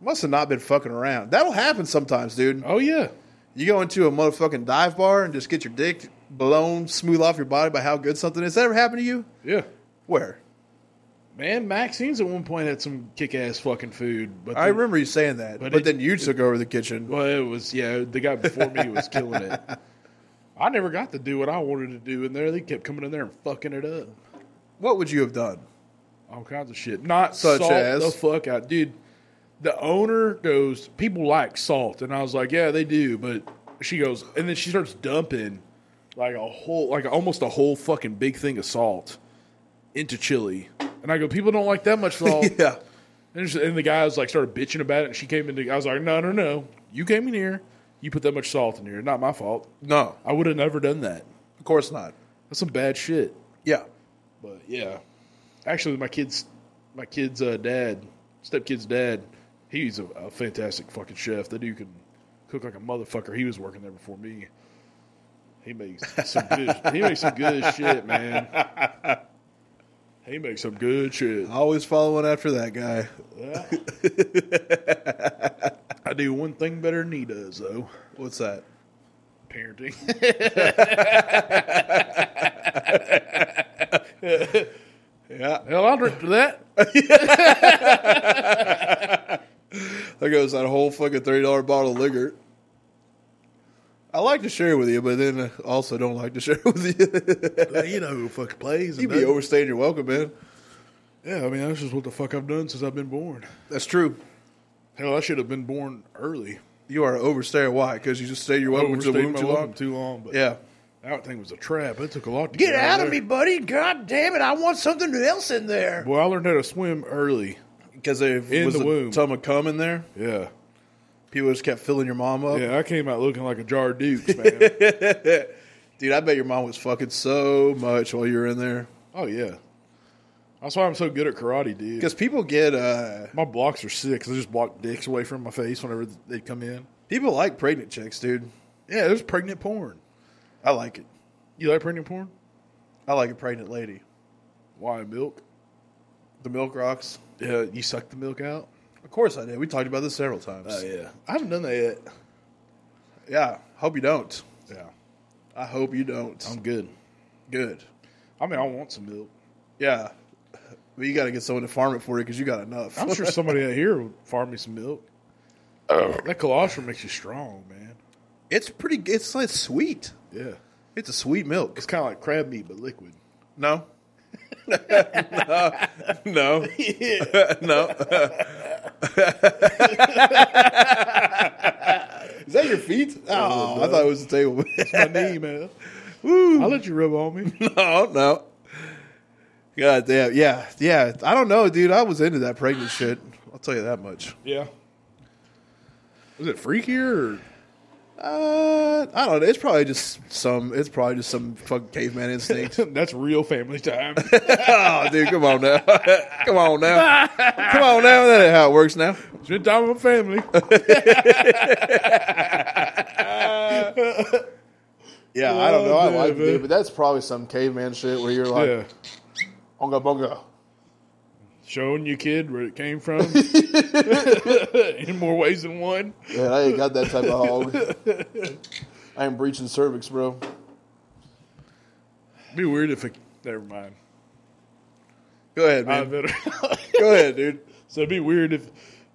A: Must have not been fucking around. That'll happen sometimes, dude.
B: Oh yeah.
A: You go into a motherfucking dive bar and just get your dick blown smooth off your body by how good something is. That ever happened to you?
B: Yeah.
A: Where?
B: Man, Maxine's at one point had some kick ass fucking food, but
A: I
B: the-
A: remember you saying that, but,
B: But it-
A: then you took over the kitchen.
B: Well, it was yeah. The guy before me was killing it. I never got to do what I wanted to do in there. They kept coming in there and fucking it up.
A: What would you have done?
B: All kinds of shit. Not
A: Such
B: salt
A: as?
B: the fuck out, dude. The owner goes, people like salt, and I was like, yeah, they do. But she goes, and then she starts dumping like a whole, like almost a whole fucking big thing of salt into chili, and I go, people don't like that much salt.
A: Yeah.
B: And, she- and the guy was like started bitching about it, and she came into. I was like, no, no, no, you came in here, you put that much salt in here, not my fault.
A: No,
B: I would have never done that.
A: of course not.
B: That's some bad shit.
A: Yeah.
B: But yeah, actually, my kids, my kids' uh, dad, stepkid's dad, he's a, a fantastic fucking chef. That dude can cook like a motherfucker. He was working there before me. He makes some good. he makes some good shit, man. He makes some good shit.
A: Always following after that guy.
B: I do one thing better than he does, though.
A: What's that?
B: Parenting.
A: Yeah.
B: Hell, I'll drink to that.
A: There goes that whole fucking thirty dollar bottle of liquor. I like to share with you, but then I also don't like to share with you.
B: Uh, you know who fucking plays.
A: you be overstaying your welcome, man.
B: yeah, I mean that's just what the fuck I've done since I've been born.
A: That's true.
B: Hell, I should have been born early.
A: You are an overstayer. Why? Because you just stayed your welcome to the
B: Overstayed
A: womb
B: my
A: too
B: welcome
A: long.
B: too long, but
A: Yeah.
B: that thing was a trap. It took a lot to
A: Get out
B: there.
A: of me, buddy! God damn it! I want something else in there.
B: Boy, I learned how to swim early.
A: Because there
B: In
A: was
B: the
A: a
B: womb.
A: ton of cum in there.
B: Yeah,
A: People just kept filling your mom up.
B: yeah. I came out looking like a jar of Dukes, man.
A: Dude, I bet your mom was fucking so much while you were in there.
B: oh yeah. That's why I'm so good at karate, dude.
A: Because people get uh
B: my blocks are sick. 'cause I just block dicks away from my face whenever they come in.
A: people like pregnant chicks, dude.
B: Yeah, there's pregnant porn.
A: I like it.
B: You like pregnant porn?
A: I like a pregnant lady.
B: Why milk?
A: The milk rocks.
B: Yeah, you suck the milk out.
A: Of course I did. We talked about this several times.
B: Oh, yeah, I haven't done that yet.
A: yeah. Hope you don't.
B: Yeah,
A: I hope you don't.
B: I'm good.
A: good.
B: I mean, I want some milk.
A: Yeah. But you got to get someone to farm it for you because you got enough.
B: I'm sure somebody out here will farm me some milk. That colostrum makes you strong, man.
A: it's pretty. It's it's sweet.
B: Yeah,
A: It's a sweet milk.
B: it's kind of like crab meat but liquid.
A: No. no. No. no.
B: Is that your feet?
A: Oh, I thought it was a table.
B: my knee, man. I'll let you rub on me.
A: no, no. God damn. Yeah. Yeah. I don't know, dude. I was into that pregnant shit. I'll tell you that much.
B: yeah. Was it freakier? Or?
A: Uh, I don't know. It's probably just some. It's probably just some fucking caveman instinct.
B: That's real family time.
A: oh, dude, come on now, come on now, come on now. That ain't how it works now.
B: Spend time with family.
A: Yeah, I don't know. I
B: Oh,
A: like it,
B: dude,
A: dude,
B: man.
A: but that's probably some caveman shit where you're like,
B: yeah.
A: onga bonga.
B: Showing your kid where it came from in more ways than one.
A: Yeah, I ain't got that type of hog. I ain't breaching cervix, bro.
B: Be weird if it. Never mind.
A: Go ahead,
B: I
A: man.
B: better.
A: Go ahead, dude.
B: So it'd be weird if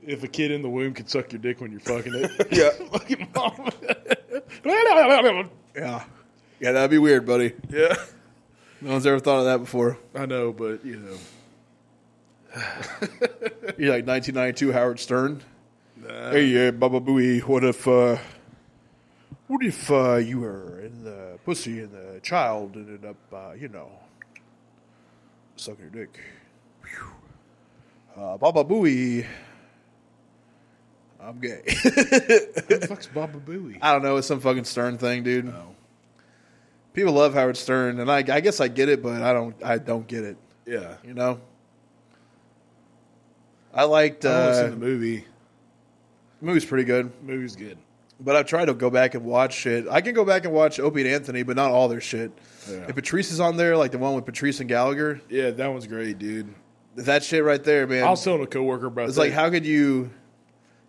B: if a kid in the womb could suck your dick when you're fucking it.
A: Yeah,
B: fucking mom. yeah.
A: yeah, yeah. That'd be weird, buddy. No one's ever thought of that before.
B: I know, but you know.
A: You're like 1992 Howard Stern.
B: Nah.
A: Hey, uh, Baba Booey, what if, uh, what if uh, you were in the pussy and the child ended up, uh, you know, sucking your dick? Phew. Uh, Baba Booey, I'm gay.
B: Who the fuck's Baba Booey?
A: I don't know. It's some fucking Stern thing, dude.
B: No.
A: People love Howard Stern, and I, I guess I get it, but I don't. I don't get it.
B: Yeah.
A: You know. I liked.
B: I
A: Uh,
B: haven't seen the movie.
A: the uh, movie's pretty good.
B: The Uh, movie's good.
A: But I've tried to go back and watch shit. I can go back and watch Opie and Anthony, but not all their shit.
B: Yeah.
A: If Patrice is on there, like the one with Patrice and Gallagher,
B: Yeah, that one's great, dude.
A: that shit right there, man.
B: I was telling a coworker about
A: It's
B: that.
A: like how could you?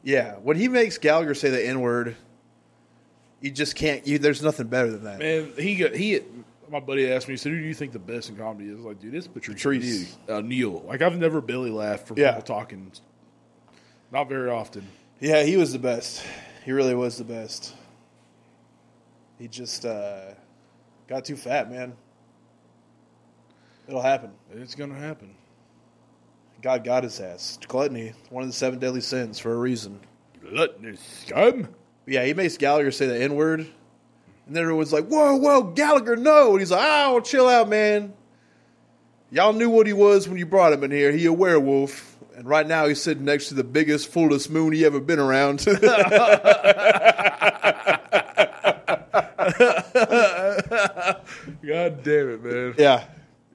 A: Yeah, when he makes Gallagher say the N word, you just can't. You, there's nothing better than that.
B: man he got he. My buddy asked me, he said, "Who do you think the best in comedy is?" I was like, dude, it's Patrice,
A: Patrice.
B: O'Neal. Uh, Neil. Like I've never belly laughed from
A: Yeah.
B: people talking. Not very often.
A: Yeah, he was the best. He really was the best. He just uh, got too fat, man. It'll happen.
B: It's gonna happen.
A: God got his ass. Gluttony, one of the seven deadly sins for a reason.
B: Gluttony scum.
A: Yeah, he makes Gallagher say the N word. And then everyone's like, whoa, whoa, Gallagher, no. And he's like, oh, chill out, man. Y'all knew what he was when you brought him in here. He a werewolf. And right now he's sitting next to the biggest, fullest moon he ever been around.
B: God damn it, man.
A: yeah.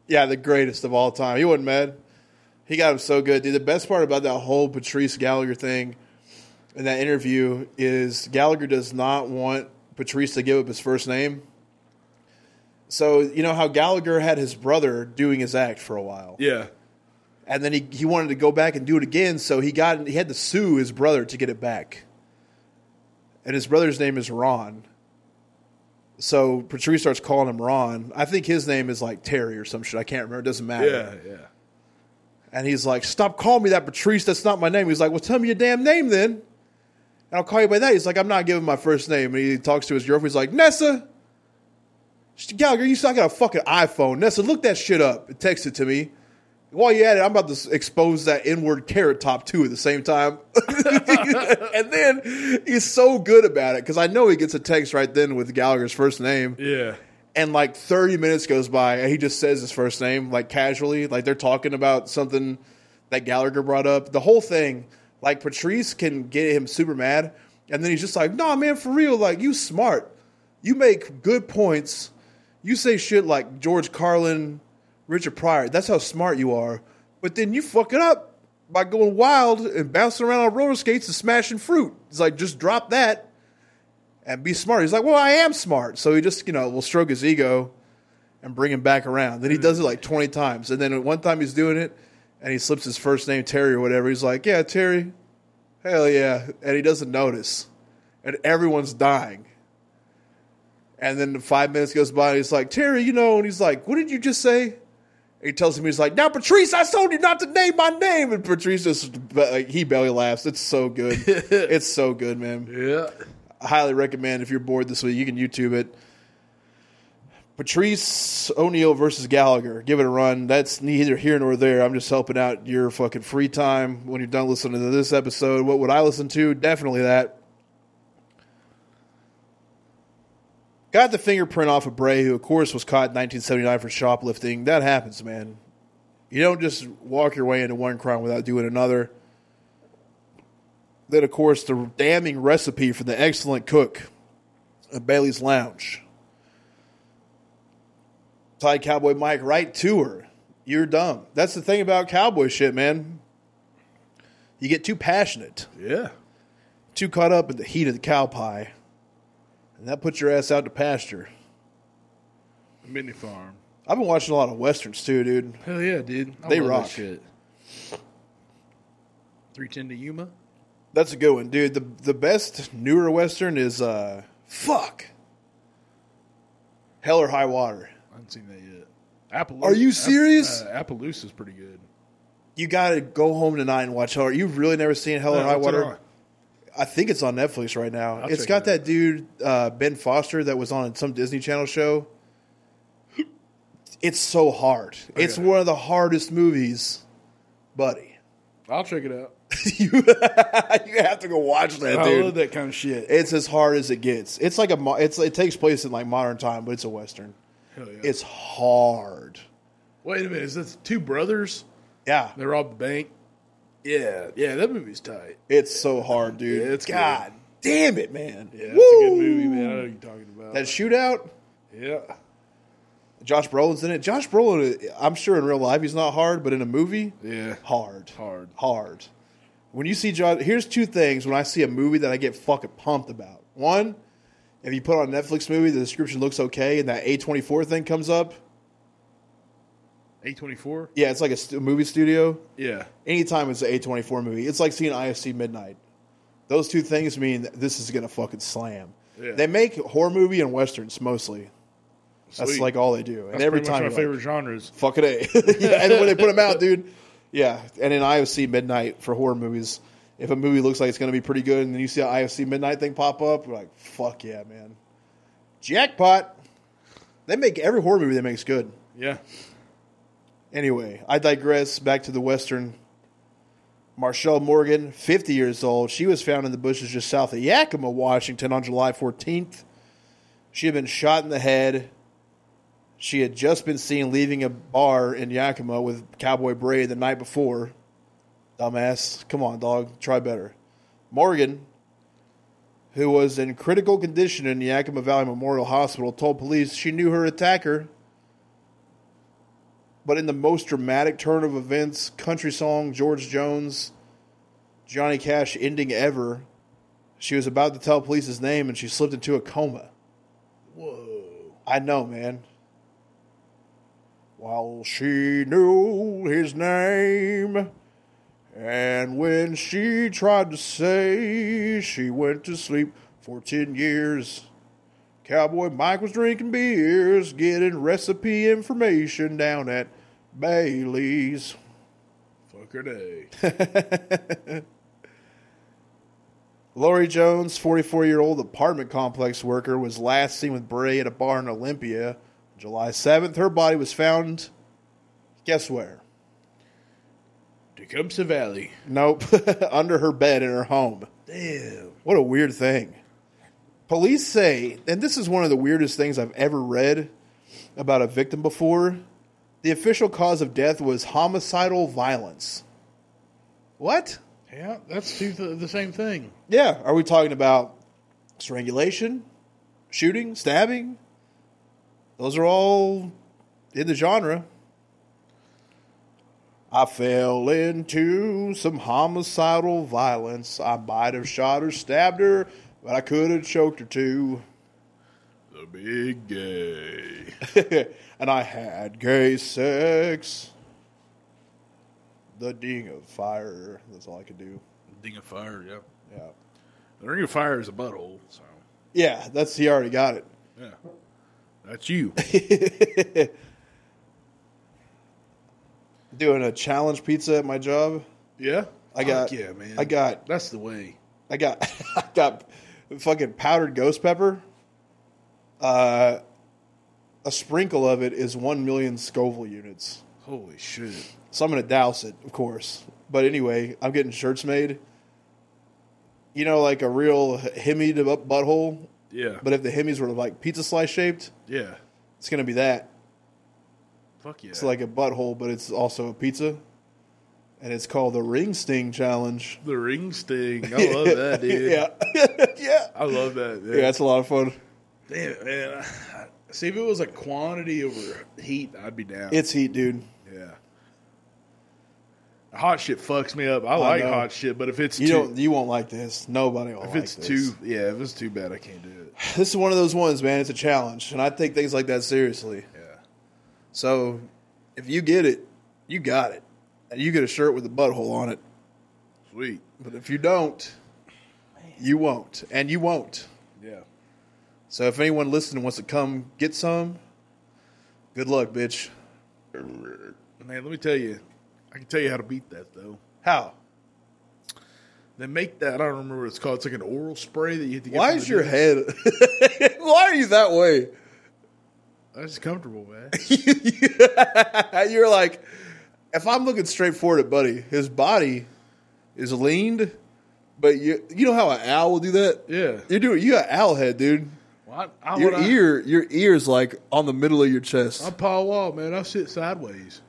A: Yeah, the greatest of all time. He wasn't mad. He got him so good. Dude, the best part about that whole Patrice Gallagher thing in that interview is Gallagher does not want Patrice to give up his first name. So, you know how Gallagher had his brother doing his act for a while.
B: Yeah.
A: and then he, he wanted to go back and do it again, so he got he had to sue his brother to get it back. And his brother's name is Ron. So Patrice starts calling him Ron. I think his name is like Terry or some shit. I can't remember. It doesn't matter.
B: Yeah. Yeah.
A: And he's like, Stop calling me that, Patrice. That's not my name. He's like, Well, tell me your damn name then. And I'll call you by that. He's like, I'm not giving my first name. And he talks to his girlfriend. He's like, Nessa, Sh- Gallagher, you still got a fucking iPhone. Nessa, look that shit up and text it to me. While you're at it, I'm about to s- expose that inward carrot top too at the same time. and then he's so good about it because I know he gets a text right then with Gallagher's first name
B: Yeah.
A: and like 30 minutes goes by and he just says his first name like casually like they're talking about something that gallagher brought up the whole thing like patrice can get him super mad and then he's just like nah man for real like you smart you make good points you say shit like george carlin richard pryor that's how smart you are but then you fuck it up by going wild and bouncing around on roller skates and smashing fruit it's like just drop that and be smart. He's like, well, I am smart. So he just, you know, will stroke his ego and bring him back around. Then he does it like 20 times. And then at one time he's doing it and he slips his first name, Terry or whatever. He's like, yeah, Terry. Hell yeah. And he doesn't notice. And everyone's dying. And then five minutes goes by and he's like, Terry, you know, and he's like, what did you just say? And he tells him, he's like, now, Patrice, I told you not to name my name. And Patrice just, be- like, he belly laughs. It's so good. it's so good, man.
B: Yeah.
A: I highly recommend if you're bored this week, you can YouTube it. Patrice O'Neill versus Gallagher. Give it a run. That's neither here nor there. I'm just helping out your fucking free time when you're done listening to this episode. What would I listen to? Definitely that. Got the fingerprint off of Bray, who of course was caught in 1979 for shoplifting. That happens, man. You don't just walk your way into one crime without doing another then of course the damning recipe for the excellent cook at Bailey's Lounge. Tie Cowboy Mike right to her. You're dumb. That's the thing about cowboy shit, man. You get too passionate,
B: Yeah.
A: too caught up in the heat of the cow pie, and that puts your ass out to pasture.
B: Mini farm.
A: I've been watching a lot of westerns too, dude.
B: Hell yeah, dude. I
A: They
B: love that
A: rock.
B: shit. 310 to Yuma.
A: That's a good one, dude. The the best newer western is uh fuck. Hell or High Water.
B: I haven't seen that yet. Appaloosa.
A: Are you serious?
B: App- uh, Appaloosa's pretty good.
A: You gotta go home tonight and watch Hell. You've really never seen Hell
B: No,
A: and High
B: what's it
A: Water.
B: on?
A: I think it's on Netflix right now.
B: I'll
A: it's
B: check
A: got
B: it
A: that
B: out.
A: dude uh, Ben Foster that was on some Disney Channel show. It's so hard. It's
B: Okay.
A: one of the hardest movies, buddy.
B: I'll check it out.
A: you you have to go watch that,
B: I love
A: dude.
B: that kind of shit.
A: It's as hard as it gets. It's like a mo- it's it takes place in like modern time, but it's a western.
B: Hell yeah.
A: It's hard.
B: Wait a minute. Is that two brothers?
A: Yeah,
B: They robbed the bank? Yeah. Yeah, that movie's tight.
A: it's so hard, dude.
B: Yeah, it's good.
A: God damn it, man.
B: Yeah, that's a good movie,
A: Woo!
B: man. I know what you're talking about.
A: That shootout.
B: yeah.
A: Josh Brolin's in it. Josh Brolin, I'm sure in real life he's not hard, but in a movie,
B: Yeah.
A: hard,
B: Hard.
A: hard. When you see Josh, here's two things. When I see a movie that I get fucking pumped about, One, if you put on a Netflix movie, the description looks okay, and that A24 thing comes up.
B: A twenty four.
A: Yeah, it's like a stu- movie studio.
B: Yeah.
A: Anytime it's an A24 movie, it's like seeing IFC Midnight. Those two things mean that this is going to fucking slam.
B: Yeah.
A: They make horror movie and westerns mostly. That's
B: Sweet.
A: like all they do. And
B: That's
A: every
B: pretty
A: time
B: much
A: you're
B: my
A: like,
B: favorite genres.
A: Fuck it, A. yeah, and when they put them out, dude. Yeah, and in IFC Midnight for horror movies, if a movie looks like it's going to be pretty good, and then you see an IFC Midnight thing pop up, we're like, fuck yeah, man, jackpot. They make every horror movie they make is good.
B: Yeah.
A: Anyway, I digress. Back to the western. Marshall Morgan, 50 years old, she was found in the bushes just south of Yakima, Washington, on July 14th. She had been shot in the head. She had just been seen leaving a bar in Yakima with Cowboy Bray the night before. Dumbass, come on, dog, try better. Morgan, who was in critical condition in Yakima Valley Memorial Hospital, told police she knew her attacker. But in the most dramatic turn of events, country song, George Jones, Johnny Cash ending ever, she was about to tell police his name and she slipped into a coma.
B: Whoa.
A: I know, man. While she knew his name, and when she tried to say she went to sleep for 10 years, Cowboy Mike was drinking beers, getting recipe information down at Bailey's.
B: Fucker day.
A: Lori Jones, 44 year old apartment complex worker, was last seen with Bray at a bar in Olympia. July 7th, her body was found. Guess where?
B: Tecumseh Valley.
A: Nope. Under her bed in her home.
B: Damn.
A: What a weird thing. Police say, and this is one of the weirdest things I've ever read about a victim before. The official cause of death was homicidal violence. What?
B: Yeah, that's two th- the same thing.
A: Yeah. Are we talking about strangulation, shooting, stabbing? Those are all in the genre. I fell into some homicidal violence. I might have shot or stabbed her, but I could have choked her too.
B: The big gay.
A: and I had gay sex. The ding of fire. That's all I could do.
B: Ding of fire, yeah.
A: Yeah.
B: The ring of fire is a butthole, so
A: Yeah, that's he already got it.
B: yeah. That's you.
A: doing a challenge pizza at my job.
B: yeah?
A: I got-
B: Fuck yeah, man.
A: I got-
B: that's the way.
A: I got I got fucking powdered ghost pepper. Uh, a sprinkle of it is one million Scoville units.
B: Holy shit.
A: So I'm gonna douse it, of course. But anyway, I'm getting shirts made. You know, like a real hemi to up butthole.
B: Yeah.
A: But if the hemis were like pizza slice shaped,
B: yeah.
A: it's gonna be that.
B: Fuck yeah.
A: It's like a butthole, but it's also a pizza. And it's called the Ring Sting Challenge.
B: the ring sting. I love that, dude.
A: yeah. yeah.
B: I love that. dude.
A: Yeah, it's a lot of fun.
B: Damn it, man. See, if it was a quantity over heat, I'd be down.
A: It's heat, dude.
B: yeah. Hot shit fucks me up. I like
A: know.
B: hot shit, but if it's
A: You
B: too,
A: don't you won't like this. Nobody will
B: if
A: like
B: it's
A: this.
B: too, yeah, if it's too bad, I can't do it.
A: This is one of those ones, man. It's a challenge, and I take things like that seriously.
B: Yeah.
A: So if you get it, you got it. And you get a shirt with a butthole on it.
B: Sweet.
A: But if you don't, you won't. And you won't.
B: Yeah.
A: So if anyone listening wants to come get some, good luck, bitch.
B: Man, let me tell you, I can tell you how to beat that though.
A: How?
B: They make that. I don't remember what it's called. It's like an oral spray that you have to. get
A: Why
B: from
A: is
B: the
A: your
B: dentist.
A: head? Why are you that way?
B: That's just comfortable, man.
A: You're like, if I'm looking straight forward at Buddy, his body is leaned, but you you know how an owl will do that?
B: Yeah.
A: You do You got owl head, dude.
B: Well, I, I,
A: Your
B: when I-
A: ear, your ear's like on the middle of your chest.
B: I'm Paul Wall, man. I sit sideways.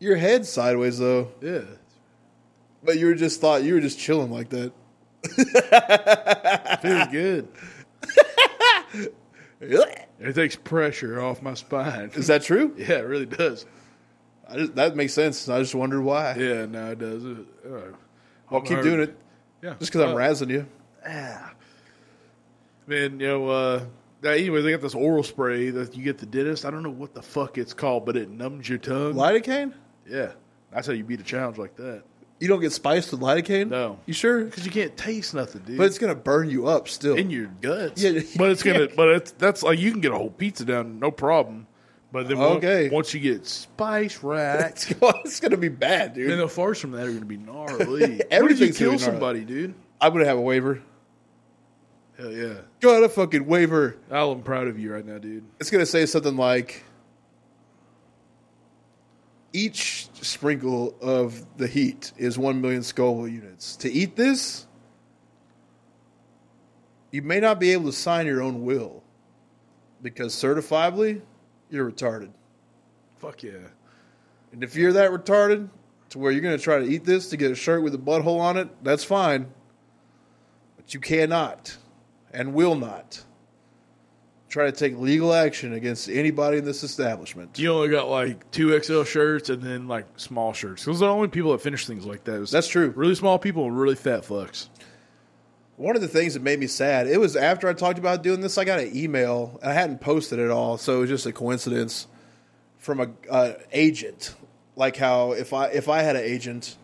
A: your head sideways though,
B: Yeah.
A: but you were just thought you were just chilling like that.
B: Feels good. It takes pressure off my spine.
A: Is that true?
B: yeah, it really does.
A: I just, that makes sense. I just wondered why.
B: Yeah, no, it does. It, uh,
A: I'll keep doing it
B: Yeah, Uh,
A: just because I'm razzing you.
B: Ah. Man, you know, uh, now, anyway, they got this oral spray that you get at the dentist. I don't know what the fuck it's called, but it numbs your tongue.
A: Lidocaine?
B: Yeah, that's how you beat a challenge like that.
A: You don't get spiced with lidocaine?
B: No.
A: You sure?
B: Because you can't taste nothing, dude.
A: But it's gonna burn you up still.
B: in your guts.
A: Yeah.
B: but it's gonna. But it's that's like you can get a whole pizza down, no problem. But then once-
A: Okay.
B: once, you get spice rack,
A: it's, it's gonna be bad, dude.
B: and the farts from that are gonna be gnarly. what if you
A: Everything's gonna
B: kill
A: be gnarly.
B: somebody, dude?
A: I'm gonna have a waiver.
B: Hell yeah,
A: Got a fucking waiver.
B: Al, I'm proud of you right now, dude.
A: It's gonna say something like each sprinkle of the heat is one million Scoville units. To eat this, you may not be able to sign your own will because certifiably, you're retarded.
B: Fuck yeah.
A: And if you're that retarded to where you're going to try to eat this to get a shirt with a butthole on it, that's fine. But you cannot and will not try to take legal action against anybody in this establishment.
B: You only got like two XL shirts and then like small shirts. Those are the only people that finish things like that. It was
A: That's true.
B: really small people and really fat fucks.
A: One of the things that made me sad, it was after I talked about doing this, I got an email and I hadn't posted it all, so it was just a coincidence from a uh, agent. Like how if I if I had an agent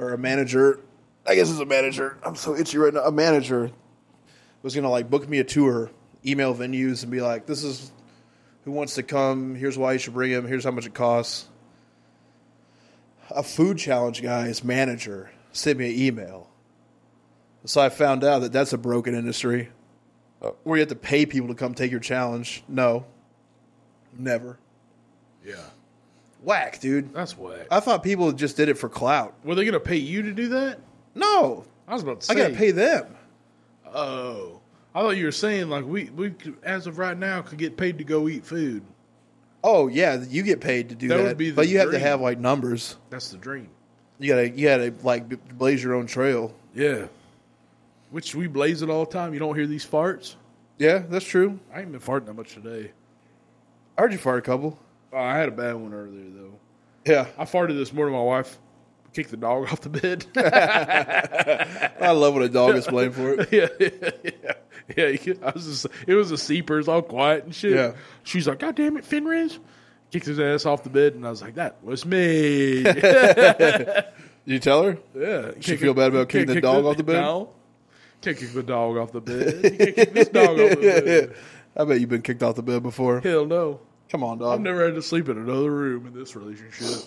A: or a manager, I guess it's a manager. I'm so itchy right now. A manager was gonna like book me a tour, email venues, and be like, "This is who wants to come. Here's why you should bring him. Here's how much it costs." A food challenge guy's manager sent me an email so I found out that that's a broken industry Uh, where you have to pay people to come take your challenge. No, never.
B: Yeah,
A: Whack, dude.
B: that's whack.
A: I thought people just did it for clout.
B: Were they gonna pay you to do that?
A: No,
B: I was about to
A: I
B: say
A: got to pay them.
B: Oh, I thought you were saying like we we could, as of right now could get paid to go eat food.
A: Oh yeah, you get paid to do that,
B: That would be the
A: but you have to
B: dream.
A: have like numbers.
B: That's the dream.
A: You gotta, you gotta like b- blaze your own trail.
B: Yeah, which we blaze it all the time. You don't hear these farts.
A: Yeah, that's true.
B: I ain't been farting that much today.
A: I heard you fart a couple.
B: Oh, I had a bad one earlier though.
A: Yeah,
B: I farted this morning. My wife kicked the dog off the bed.
A: I love when a dog is blamed for it.
B: yeah, yeah, yeah. yeah. you could- I was just, it was a seepers, all quiet and shit.
A: Yeah.
B: She's like, God damn it, Finris. Kicked his ass off the bed, and I was like, that was me.
A: Did you tell her?
B: Yeah.
A: She feel bad about kicking the dog off the bed?
B: No. Can't kick the dog off the bed. You can't kick this dog off the bed.
A: I bet you've been kicked off the bed before.
B: Hell no.
A: Come on,
B: I've
A: dog.
B: never had to sleep in another room in this relationship.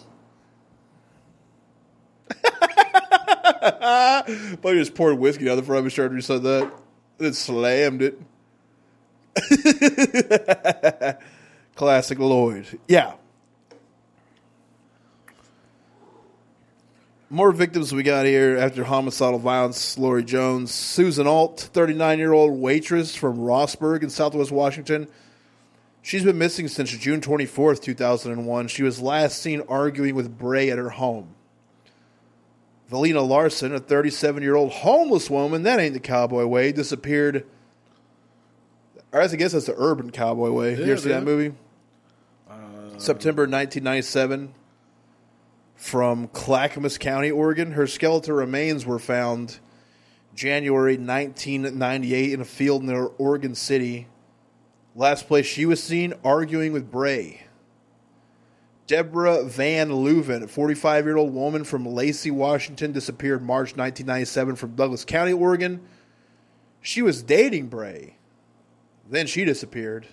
A: But he just poured whiskey out of the front of his shirt and he said that. It slammed it. Classic Lloyd. Yeah. More victims we got here after homicidal violence. Lori Jones, Susan Alt, 39 year old waitress from Rossburg in Southwest Washington. She's been missing since June 24th, 2001. She was last seen arguing with Bray at her home. Valina Larson, a 37 year old homeless woman, that ain't the cowboy way, disappeared. Or as I guess that's the urban cowboy way. you
B: Yeah,
A: ever see that
B: dude. Um,
A: movie? September 1997 from Clackamas County, Oregon. Her skeletal remains were found January 1998 in a field near Oregon City. Last place she was seen arguing with Bray. Deborah Van Leuven, a 45 year old woman from Lacey, Washington, disappeared March 1997 from Douglas County, Oregon. She was dating Bray. Then she disappeared.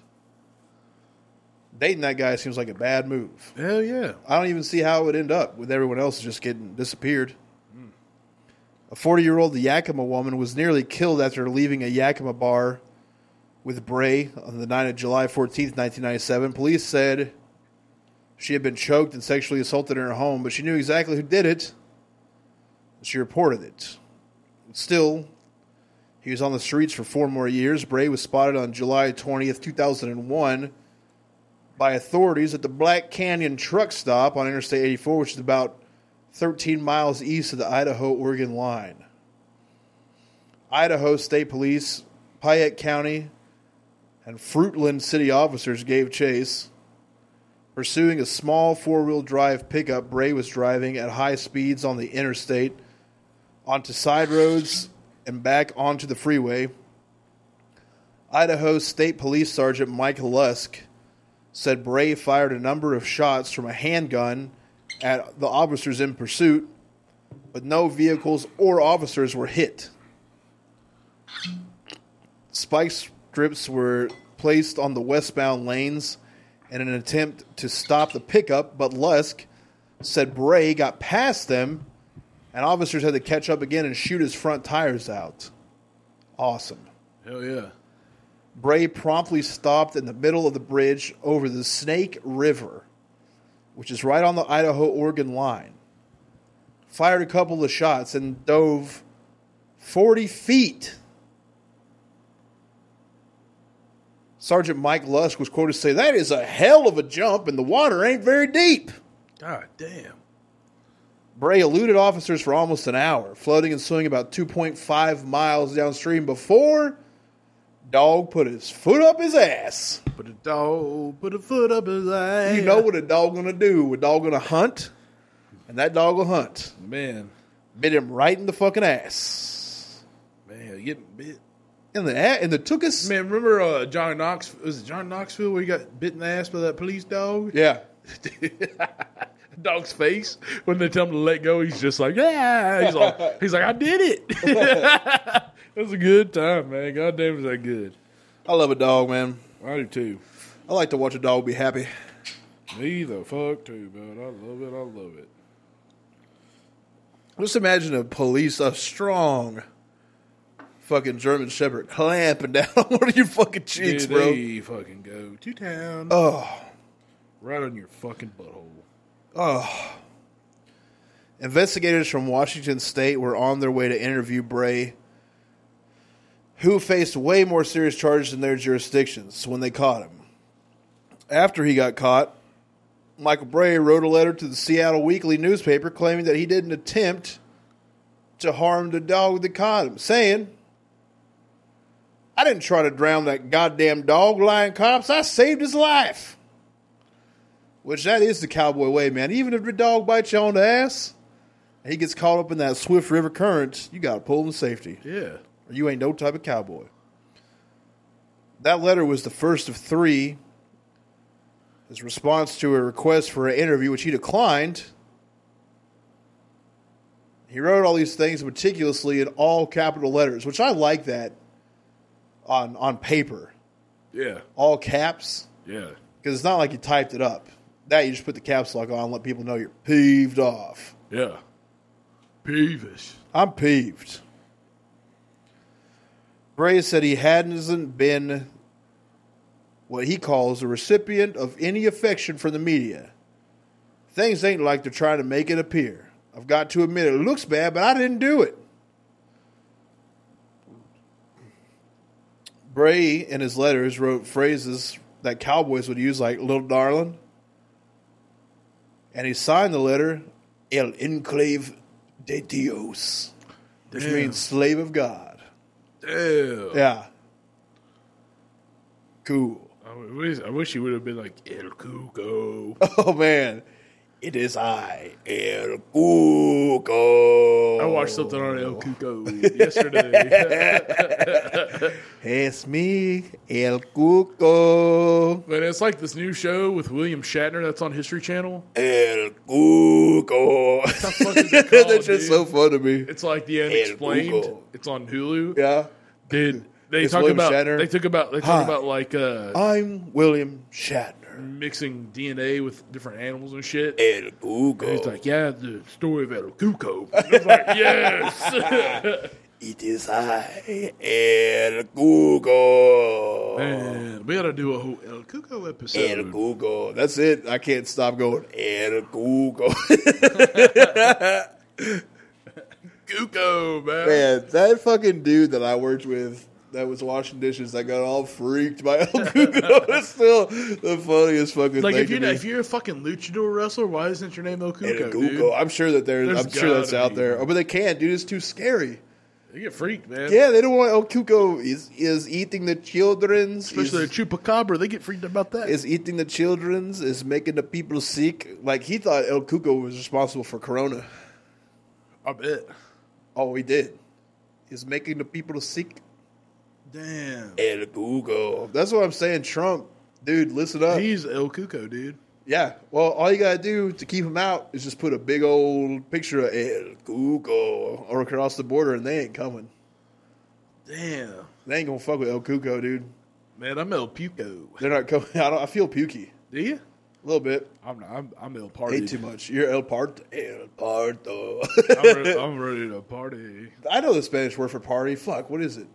A: Dating that guy seems like a bad move.
B: Hell yeah.
A: I don't even see how it would end up with everyone else just getting disappeared. A 40 year old Yakima woman was nearly killed after leaving a Yakima bar with Bray on the night of July 14th, 1997. Police said she had been choked and sexually assaulted in her home, but she knew exactly who did it. She reported it. Still, he was on the streets for four more years. Bray was spotted on July 20th, 2001 by authorities at the Black Canyon truck stop on Interstate 84, which is about 13 miles east of the Idaho Oregon line. Idaho State Police, Payette County, and Fruitland City officers gave chase. Pursuing a small four wheel drive pickup Bray was driving at high speeds on the interstate, onto side roads, and back onto the freeway. Idaho State Police Sergeant Mike Lusk said Bray fired a number of shots from a handgun at the officers in pursuit, but no vehicles or officers were hit. Spike strips were placed on the westbound lanes in an attempt to stop the pickup, but Lusk said Bray got past them and officers had to catch up again and shoot his front tires out. Awesome.
B: Hell yeah.
A: Bray promptly stopped in the middle of the bridge over the Snake River, which is right on the Idaho Oregon line. Fired a couple of shots and dove 40 feet. Sergeant Mike Lusk was quoted to say, That is a hell of a jump, and the water ain't very deep.
B: God damn.
A: Bray eluded officers for almost an hour, floating and swimming about 2.5 miles downstream before dog put his foot up his ass.
B: Put a dog, put a foot up his ass.
A: You know what a dog gonna do? A dog gonna hunt, and that dog will hunt.
B: Man,
A: Bit him right in the fucking ass.
B: man, getting bit.
A: In the a- in the tookus.
B: Man, remember uh, John Knox? Was it John Knoxville where he got bit in the ass by that police dog?
A: Yeah.
B: Dog's face when they tell him to let go, he's just like, yeah. He's like, he's like, I did it. that was a good time, man. God damn, was that good?
A: I love a dog, man.
B: I do too.
A: I like to watch a dog be happy.
B: Me the fuck too, man. I love it. I love it.
A: Just imagine a police, a strong fucking German Shepherd clamping down on one of your fucking cheeks,
B: Dude,
A: bro.
B: They fucking go to town,
A: Oh.
B: right on your fucking butthole.
A: Oh. Investigators from Washington State were on their way to interview Bray, who faced way more serious charges in their jurisdictions when they caught him. After he got caught, Michael Bray wrote a letter to the Seattle Weekly newspaper claiming that he didn't attempt to harm the dog that caught him, saying, I didn't try to drown that goddamn dog lying cops. I saved his life. Which that is the cowboy way, man. Even if the dog bites you on the ass and he gets caught up in that swift river current, you gotta pull him to safety.
B: Yeah.
A: Or you ain't no type of cowboy. That letter was the first of three. His response to a request for an interview, which he declined. He wrote all these things meticulously in all capital letters, which I like that on on paper.
B: Yeah.
A: All caps
B: Yeah.
A: because it's not like you typed it up. That you just put the caps lock on, and let people know you're peeved off.
B: Yeah. Peevish.
A: I'm peeved. Bray said he hadn't been what he calls a recipient of any affection from the media. Things ain't like they're trying to make it appear. I've got to admit it looks bad, but I didn't do it. Bray, in his letters, wrote phrases that cowboys would use, like little darling. And he signed the letter, El Enclave de Dios, which
B: Damn.
A: means slave of God.
B: Damn.
A: Yeah. Cool.
B: I wish, I wish he would have been like El Cuco.
A: Oh, man. It is I, El Cuco.
B: I watched something on El Cuco yesterday,
A: It's me, El Cuco.
B: but it's like this new show with William Shatner that's on History Channel.
A: El Cuco.
B: the fuck is it called,
A: That's just
B: dude?
A: so fun to me.
B: It's like the unexplained.
A: Cuco.
B: It's on Hulu.
A: Yeah.
B: Dude, they
A: It's
B: talk
A: William
B: about
A: Shatner.
B: they talk about they
A: Hi.
B: talk about like uh,
A: I'm William Shatner.
B: mixing DNA with different animals and shit.
A: El
B: He's
A: Cuco.
B: like, yeah, the story of El Cuco. I was like, yes.
A: it is I, El Cuco.
B: Man, we gotta do a whole El Cuco
A: El
B: episode.
A: Cuco. That's it. I can't stop going. El Cuco.
B: Cuco, man.
A: Man, that fucking dude that I worked with that was washing dishes that got all freaked by El Cuco is still the funniest fucking
B: Like
A: thing.
B: if you're
A: to me.
B: if you're a fucking luchador wrestler, why isn't your name El Cuco?
A: El
B: Dude?
A: Cuco. I'm sure that there's,
B: There's
A: I'm sure that's
B: gotta
A: out
B: be.
A: there. Oh, but they can't, dude. It's too scary.
B: They get freaked, man.
A: Yeah, they don't want El Cuco is is eating the children's.
B: Especially
A: is,
B: the chupacabra, they get freaked about that.
A: is eating the children's, is making the people sick. Like he thought El Cuco was responsible for corona.
B: I bet.
A: Oh, he did. Is making the people sick.
B: Damn.
A: El Google. That's what I'm saying. Trump, dude, listen up.
B: He's El Cuco, dude.
A: yeah. Well, all you gotta do to keep him out is just put a big old picture of El Google or across the border, and they ain't coming.
B: Damn.
A: They ain't gonna fuck with El Cuco, dude.
B: Man, I'm El Puco.
A: They're not coming. I, don't, I feel pukey
B: Do you?
A: a little bit.
B: I'm not, I'm, I'm El
A: Ate
B: Party.
A: too much. You're El Parto. El Parto.
B: I'm, re- I'm ready to party.
A: I know the Spanish word for party. Fuck, what is it?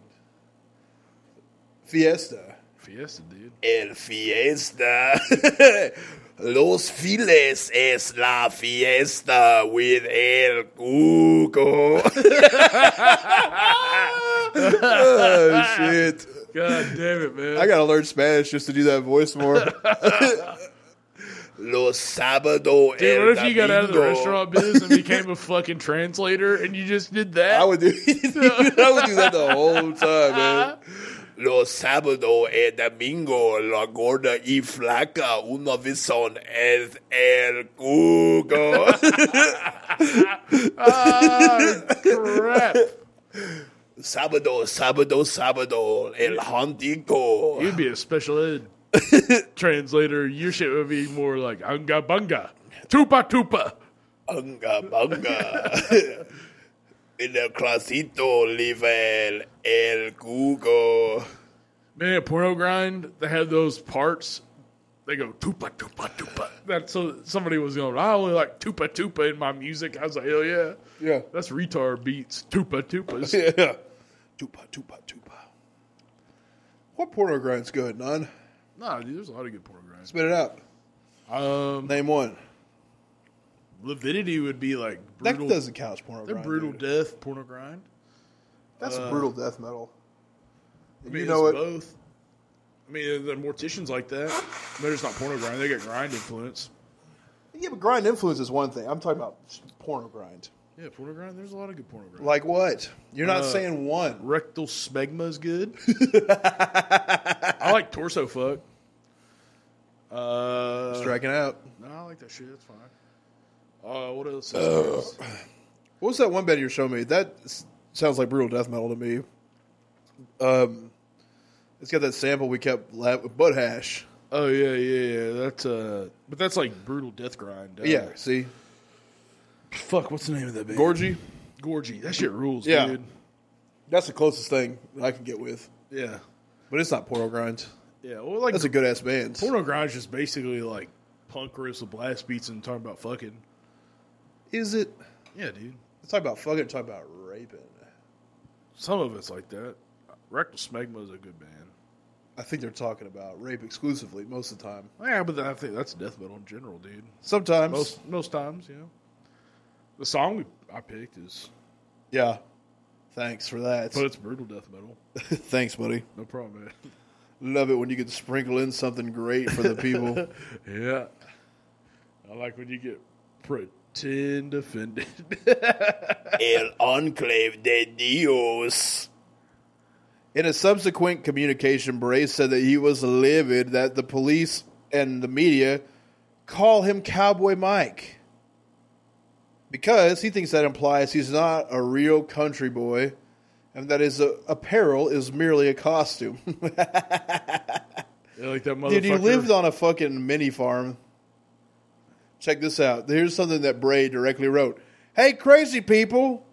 A: Fiesta.
B: Fiesta, dude.
A: El fiesta. Los files es la fiesta with el cuco. oh, shit.
B: God damn it, man.
A: I gotta learn Spanish just to do that voice more. Los sábado
B: Dude,
A: el
B: what if you got out of the
A: domingo.
B: restaurant business and became a fucking translator and you just did that?
A: I would do. I would do that the whole time, man. Los sábado y domingo, la gorda y flaca, una vez son es el cuco.
B: Ah, crap.
A: sábado, sábado, sábado, el hantico.
B: You'd be a special ed translator. Your shit would be more like unga bunga, tupa tupa.
A: Bunga, bunga. En el clasito live el, el cuco.
B: Man, porno grind. They have those parts. They go tupa tupa tupa. That's so somebody was going. I only like tupa tupa in my music. I was like, hell yeah,
A: Yeah.
B: that's retard beats. Tupa tupas.
A: Yeah. Tupa, tupa, tupa. What porno grind's good, none?
B: nah, dude, there's a lot of good porno grinds.
A: Spit it out.
B: Um,
A: Name one.
B: lividity would be like
A: That
B: brutal.
A: doesn't count as porno
B: they're
A: grind.
B: brutal
A: dude.
B: death porno grind.
A: That's
B: uh,
A: brutal death metal.
B: I
A: you
B: mean,
A: know
B: it's
A: it.
B: Both. I mean, uh, the morticians like that. They're just not porno grind. They got grind influence.
A: Yeah, but grind influence is one thing. I'm talking about porno grind.
B: Yeah, porno grind. There's a lot of good porno grind.
A: Like what? You're not
B: Uh,
A: saying one.
B: Rectal smegma is good. I like torso fuck. Uh,
A: Striking out.
B: No, I like that shit. That's fine. Uh, what else?
A: What was that one band you were showing me? That s- sounds like brutal death metal to me. Um, it's got that sample we kept la- butt hash.
B: oh yeah, yeah, yeah. That's uh, but that's like brutal death grind. Uh,
A: Yeah, see,
B: Fuck. What's the name of that band?
A: Gorgie.
B: Gorgy. That shit rules,
A: Yeah.
B: dude.
A: That's the closest thing I can get with,
B: Yeah.
A: but it's not porno grind.
B: Yeah. Well, like
A: That's a good ass band.
B: porno grind is just basically like punk riffs with blast beats and talking about fucking.
A: Is it?
B: Yeah, dude.
A: Let's talk about fucking. Talk about raping.
B: Some of it's like that. Rectal smegma is a good band.
A: I think they're talking about rape exclusively most of the time.
B: Yeah, but then I think that's death metal in general, dude.
A: Sometimes,
B: Most most times, you know. The song we, I picked is,
A: yeah. Thanks for that.
B: but it's brutal death metal.
A: Thanks, buddy.
B: No problem, man.
A: Love it when you can sprinkle in something great for the people.
B: yeah, I like when you get pretend offended.
A: El Enclave de Dios. In a subsequent communication, Bray said that he was livid that the police and the media call him Cowboy Mike because he thinks that implies he's not a real country boy and that his uh, apparel is merely a costume.
B: Yeah, like that motherfucker.
A: Dude, you lived on a fucking mini farm. Check this out. Here's something that Bray directly wrote. Hey, crazy people.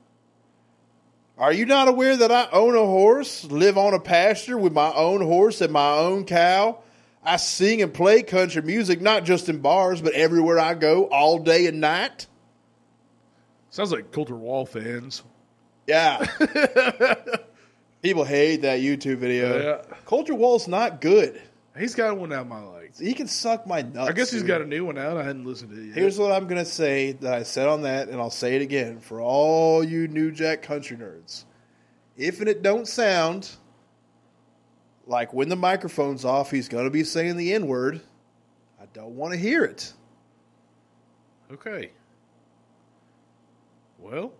A: Are you not aware that I own a horse, live on a pasture with my own horse and my own cow? I sing and play country music, not just in bars, but everywhere I go, all day and night.
B: Sounds like Coulter Wall fans.
A: Yeah. people hate that YouTube video.
B: Yeah.
A: Culture Wall's not good.
B: He's got one out my like.
A: He can suck my nuts.
B: I guess he's
A: dude.
B: got a new one out. I hadn't listened to it yet.
A: Here's what I'm going to say that I said on that, and I'll say it again for all you New Jack country nerds. If and it don't sound like when the microphone's off, he's going to be saying the N word, I don't want to hear it.
B: okay. Well,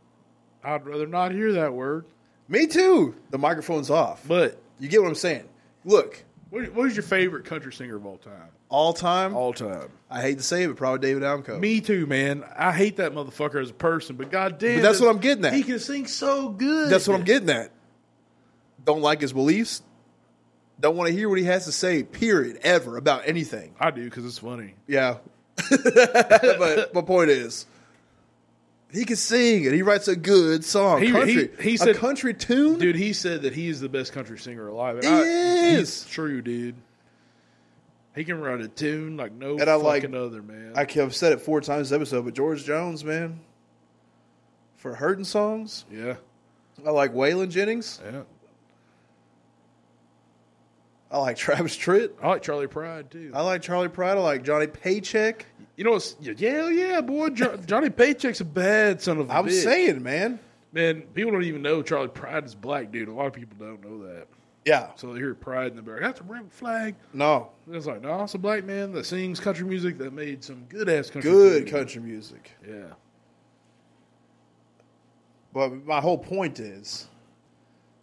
B: I'd rather not hear that word.
A: Me too. The microphone's off.
B: But
A: You get what I'm saying? Look,
B: what, what is your favorite country singer of all time?
A: all time,
B: All time.
A: I hate to say it, but probably David Almco.
B: Me too, man. I hate that motherfucker as a person, but goddamn,
A: But that's what I'm getting at.
B: He can sing so good.
A: That's what I'm getting at. Don't like his beliefs, Don't want to hear what he has to say, period, ever about anything.
B: I do because it's funny.
A: Yeah. but my point is, he can sing and he writes a good song.
B: He-
A: country.
B: he- he
A: a
B: said-
A: country tune.
B: Dude, he said that he is the best country singer alive. And
A: He is.
B: He's true, dude. He can write a tune like no
A: And I like-
B: fucking other man.
A: I have said it four times this episode, but George Jones, man, for hurting songs,
B: yeah,
A: I like Waylon Jennings.
B: yeah.
A: I like Travis Tritt.
B: I like Charlie Pride too.
A: I like Charlie Pride. I like Johnny Paycheck.
B: you know, what's, yeah, yeah, yeah, boy. Jo- Johnny Paycheck's a bad son of a
A: I'm
B: bitch.
A: saying, man.
B: man, people don't even know Charlie Pride is black, dude. A lot of people don't know that.
A: Yeah.
B: So they hear Pride and they're like, "That's a red flag."
A: No.
B: And it's like, no, it's a black man that sings country music that made some good ass country.
A: Good
B: music.
A: country music.
B: Yeah.
A: But my whole point is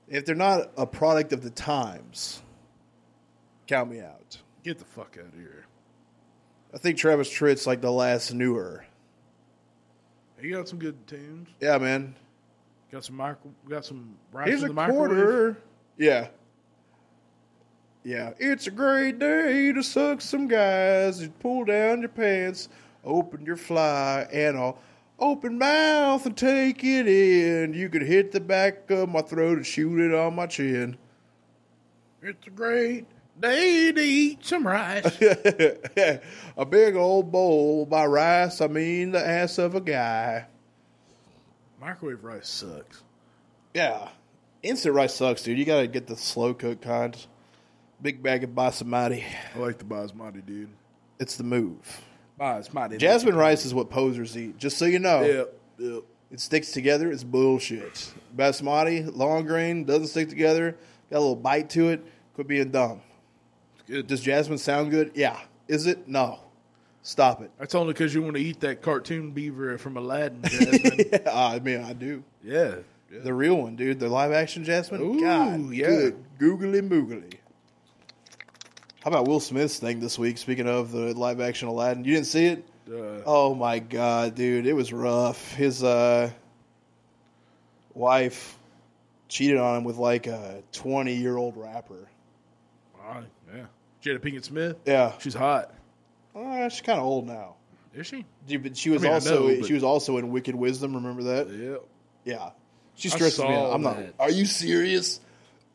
A: if they're not a product of the times, count me out.
B: Get the fuck out of here.
A: I think Travis Tritt's like the last newer.
B: He got some good tunes.
A: Yeah, man.
B: Got some micro, got some rice
A: Here's
B: in
A: a
B: the microwave.
A: quarter. Yeah. Yeah. It's a great day to suck some guys. You pull down your pants, open your fly, and I'll open mouth and take it in. You could hit the back of my throat and shoot it on my chin.
B: It's a great day to eat some rice.
A: a big old bowl by rice, I mean the ass of a guy.
B: microwave rice sucks.
A: Yeah. Instant rice sucks, dude. You gotta get the slow cook kind. Big bag of basmati.
B: I like the basmati, dude.
A: It's the move.
B: Basmati.
A: Jasmine rice is what posers eat, just so you know.
B: Yep. Yep.
A: It sticks together, it's bullshit. Basmati, long grain, doesn't stick together, got a little bite to it, quit being dumb.
B: It's good.
A: Does jasmine sound good? Yeah. Is it? No. Stop it.
B: That's only because you want to eat that cartoon beaver from Aladdin. Jasmine.
A: yeah, I mean, I do.
B: yeah. yeah.
A: The real one, dude. The live action Jasmine.
B: Ooh,
A: God,
B: yeah.
A: good. Googly moogly. How about Will Smith's thing this week? Speaking of the live action Aladdin, you didn't see it?
B: Uh,
A: Oh my god, dude, it was rough. His uh, wife cheated on him with like a twenty-year-old rapper.
B: I- yeah. Jada Pinkett Smith.
A: Yeah,
B: She's hot.
A: uh, she's kind of old now.
B: Is she?
A: Dude, but she was
B: I mean, I
A: also
B: know, but-
A: she was also in Wicked Wisdom. Remember that?
B: Yeah.
A: Yeah, she
B: I
A: stresses me.
B: saw
A: Out. I'm
B: that.
A: not. Are you serious?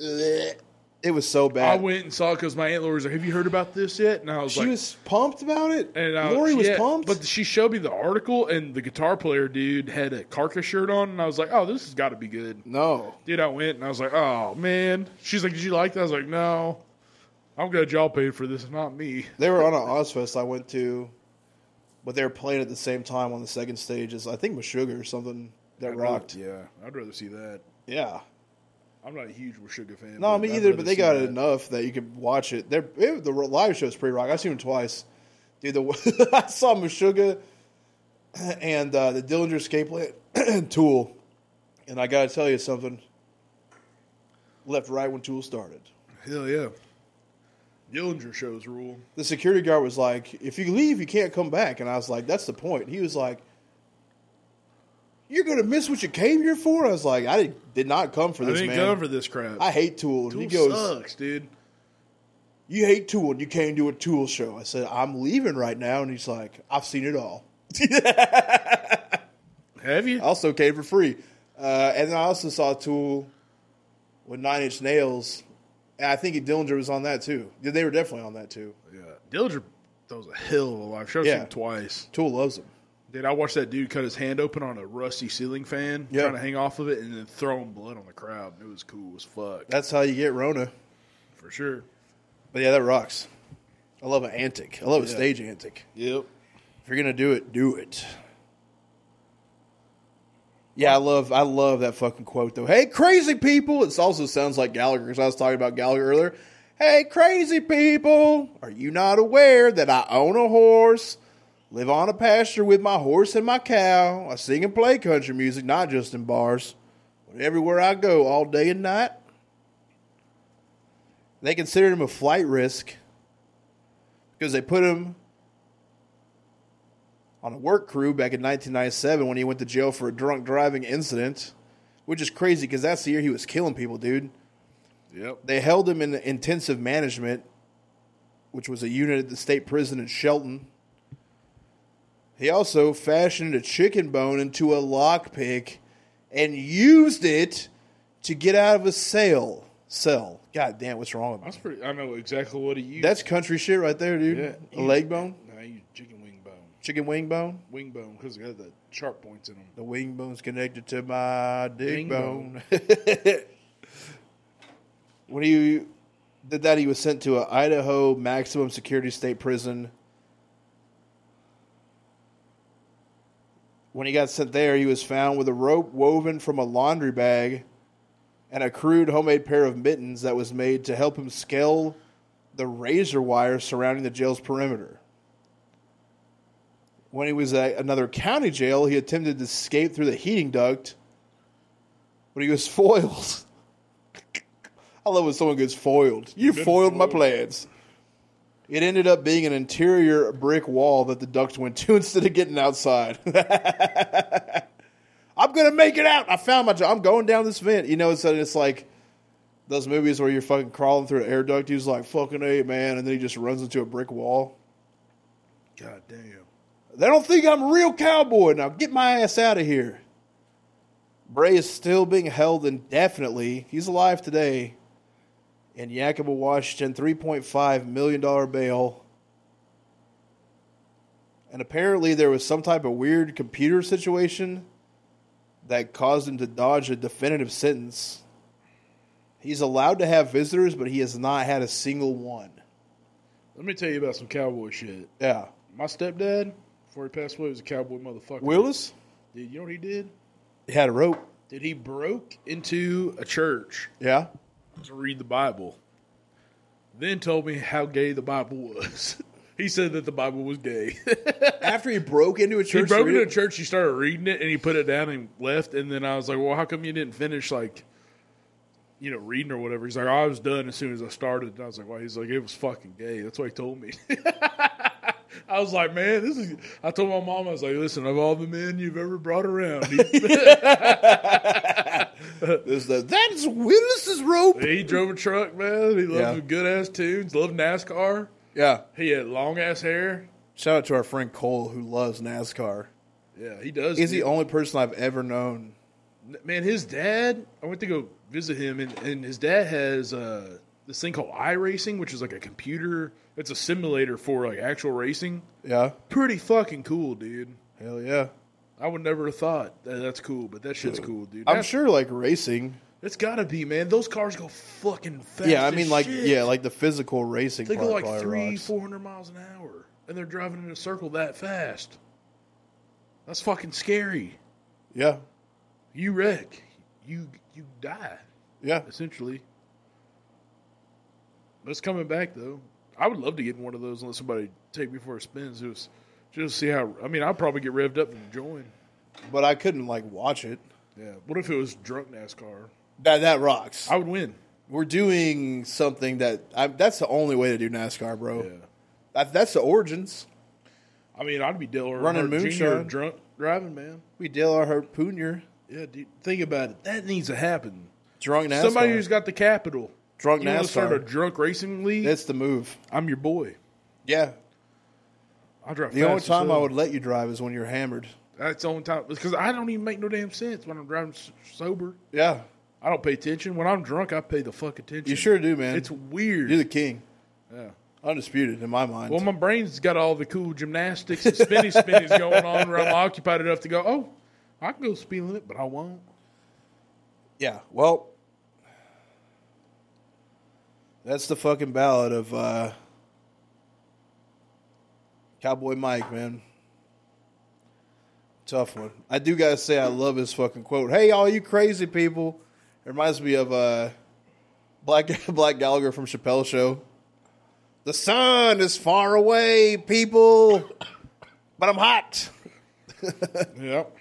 A: Ugh. It was so bad.
B: I went and saw it because my aunt Lori was like, "Have you heard about this yet?" And I was
A: She
B: like,
A: was pumped about it.
B: And I,
A: Lori was
B: yeah,
A: pumped.
B: but she showed me the article, and the guitar player dude had a Carcass shirt on, and I was like, "Oh, this has got to be good."
A: no,
B: Dude, I went and I was like, "Oh man." She's like, "Did you like that?" I was like, "No." I'm glad y'all paid for this, not me.
A: they were on an Ozfest I went to, but they were playing at the same time on the second stage as I think Meshuggah or something that rocked.
B: Oh, Yeah, I'd rather see that.
A: Yeah,
B: I'm not a huge Washuga fan.
A: no, me
B: I'd
A: either.
B: rather
A: But they
B: see
A: got
B: that.
A: enough that you could watch it. They're, it- the live show's pretty rock. I've seen them twice. Dude, the, I saw Meshuggah and uh, the Dillinger Escape Plan Tool, and I gotta tell you something. Left right when Tool started.
B: Hell yeah. Dillinger shows rule.
A: the security guard was like, "If you leave, you can't come back." And I was like, "That's the point." He was like, "You're gonna miss what you came here for." I was like, "I did, did not come for
B: I
A: this,
B: ain't
A: man.
B: going for this crap.
A: I hate Tool." And
B: Tool
A: he goes,
B: sucks, dude.
A: "You hate Tool, and you came to a Tool show." I said, "I'm leaving right now," and he's like, "I've seen it all."
B: Have you?
A: I also came for free, uh, and then I also saw Tool with Nine Inch Nails, and I think Dillinger was on that too. They were definitely on that too.
B: yeah. Dillinger throws a hell of a live show. I've
A: Yeah.
B: seen him twice.
A: Tool loves him.
B: Dude, I watched that dude cut his hand open on a rusty ceiling fan,
A: Yeah.
B: trying to hang off of it, and then throwing blood on the crowd. It was cool as fuck,
A: That's how you get Rona.
B: for sure.
A: But yeah, that rocks. I love an antic. I love a
B: Yeah.
A: stage antic.
B: Yep.
A: If you're gonna do it, do it. Yeah, I love I love that fucking quote though. Hey, crazy people! It also sounds like Gallagher because I was talking about Gallagher earlier. Hey, crazy people! Are you not aware that I own a horse, live on a pasture with my horse and my cow? I sing and play country music, not just in bars, but everywhere I go, all day and night. They considered him a flight risk because they put him on a work crew back in 1997 when he went to jail for a drunk driving incident, which is crazy because that's the year he was killing people, dude.
B: Yep.
A: They held him in intensive management, which was a unit at the state prison in Shelton. He also fashioned a chicken bone into a lockpick and used it to get out of a sale. Cell. God damn, what's wrong with me?
B: That's pretty. I know exactly what he used.
A: That's country shit right there, dude.
B: Yeah.
A: A leg bone,
B: Nah, I used chicken wing bone.
A: chicken wing bone.
B: Wing bone because it got the sharp points in them.
A: The wing bone's connected to my dick
B: Ding
A: bone. when he did that, he was sent to a Idaho maximum security state prison. When he got sent there, he was found with a rope woven from a laundry bag and a crude homemade pair of mittens that was made to help him scale the razor wire surrounding the jail's perimeter. When he was at another county jail, he attempted to escape through the heating duct, but he was foiled. I love when someone gets foiled. You
B: been
A: foiled my
B: foiled.
A: plans. It ended up being an interior brick wall that the duct went to instead of getting outside. I'm gonna make it out. I found my job. I'm going down this vent. You know, so it's like those movies where you're fucking crawling through an air duct. He was like, "Fucking eight, man," and then he just runs into a brick wall.
B: God damn.
A: They don't think I'm a real cowboy. Now get my ass out of here. Bray is still being held indefinitely. He's alive today in Yakima, Washington, $3.5 million bail. And apparently there was some type of weird computer situation that caused him to dodge a definitive sentence. He's allowed to have visitors, but he has not had a single one.
B: Let me tell you about some cowboy shit.
A: Yeah.
B: My stepdad, before he passed away, was a cowboy motherfucker.
A: Willis?
B: Dude, you know what he did?
A: He had a rope.
B: Dude, he broke into a church
A: Yeah.
B: to read the Bible. Then told me how gay the Bible was. he said that the Bible was gay.
A: After he broke into a church,
B: he broke
A: to read-
B: into a church. He started reading it, and he put it down and left. And then I was like, "Well, how come you didn't finish like, you know, reading or whatever?" He's like, "I was done as soon as I started." And I was like, "Why?" He's like, "It was fucking gay." That's what he told me. I was like, "Man, this is." I told my mom, I was like, "Listen, of all the men you've ever brought around, he,
A: There's the that's Willis's rope.
B: he drove a truck, man. He loved
A: Yeah.
B: good ass tunes. Loved NASCAR.
A: Yeah.
B: He had long ass hair.
A: Shout out to our friend Cole who loves NASCAR.
B: Yeah, he does.
A: He's the
B: dude.
A: only person I've ever known.
B: man, his dad. I went to go visit him, and, and his dad has uh, this thing called iRacing, which is like a computer. It's a simulator for like actual racing.
A: Yeah.
B: Pretty fucking cool, dude.
A: Hell yeah.
B: I would never have thought that that's cool, but that shit's cool, dude.
A: I'm
B: That's-
A: sure like racing.
B: it's gotta be, man. Those cars go fucking fast.
A: Yeah, I mean
B: as
A: like
B: shit.
A: yeah, like the physical racing
B: they go
A: part
B: like
A: probably
B: three,
A: rocks.
B: four hundred miles an hour, and they're driving in a circle that fast. That's fucking scary.
A: Yeah.
B: You wreck, you you die.
A: Yeah.
B: essentially. But it's coming back though. I would love to get in one of those and let somebody take me for a spin. Just, just see how. I mean, I'll probably get revved up and join.
A: But I couldn't like watch it.
B: Yeah. What if it was drunk NASCAR?
A: That that rocks.
B: I would win.
A: We're doing something that I, that's the only way to do NASCAR, bro.
B: Yeah.
A: That, that's the origins.
B: I mean, I'd be Dale
A: Running
B: Earnhardt Jr.
A: moonshine.
B: drunk driving, man.
A: We Dale Earnhardt Jr.
B: Yeah. Dude, think about it. That needs to happen.
A: Drunk NASCAR.
B: Somebody who's got the capital.
A: drunk
B: You want to start a
A: NASCAR.
B: drunk racing league?
A: That's the move.
B: I'm your boy.
A: Yeah.
B: I drive.
A: The
B: fast
A: only
B: as
A: time I
B: hell.
A: would let you drive is when you're hammered.
B: That's the only time because I don't even make no damn sense when I'm driving s- sober.
A: Yeah,
B: I don't pay attention. When I'm drunk, I pay the fuck attention.
A: you sure do, man.
B: It's weird.
A: You're the king,
B: yeah.
A: undisputed in my mind.
B: Well, my brain's got all the cool gymnastics and spinny spinnies going on where I'm occupied enough to go, oh, I can go speed limit, but I won't.
A: yeah. Well, that's the fucking ballad of uh, Cowboy Mike, man. Tough one. I do gotta say, I love his fucking quote. Hey, all you crazy people! It reminds me of uh, Black Black Gallagher from Chappelle Show. The sun is far away, people, but I'm hot.
B: Yep.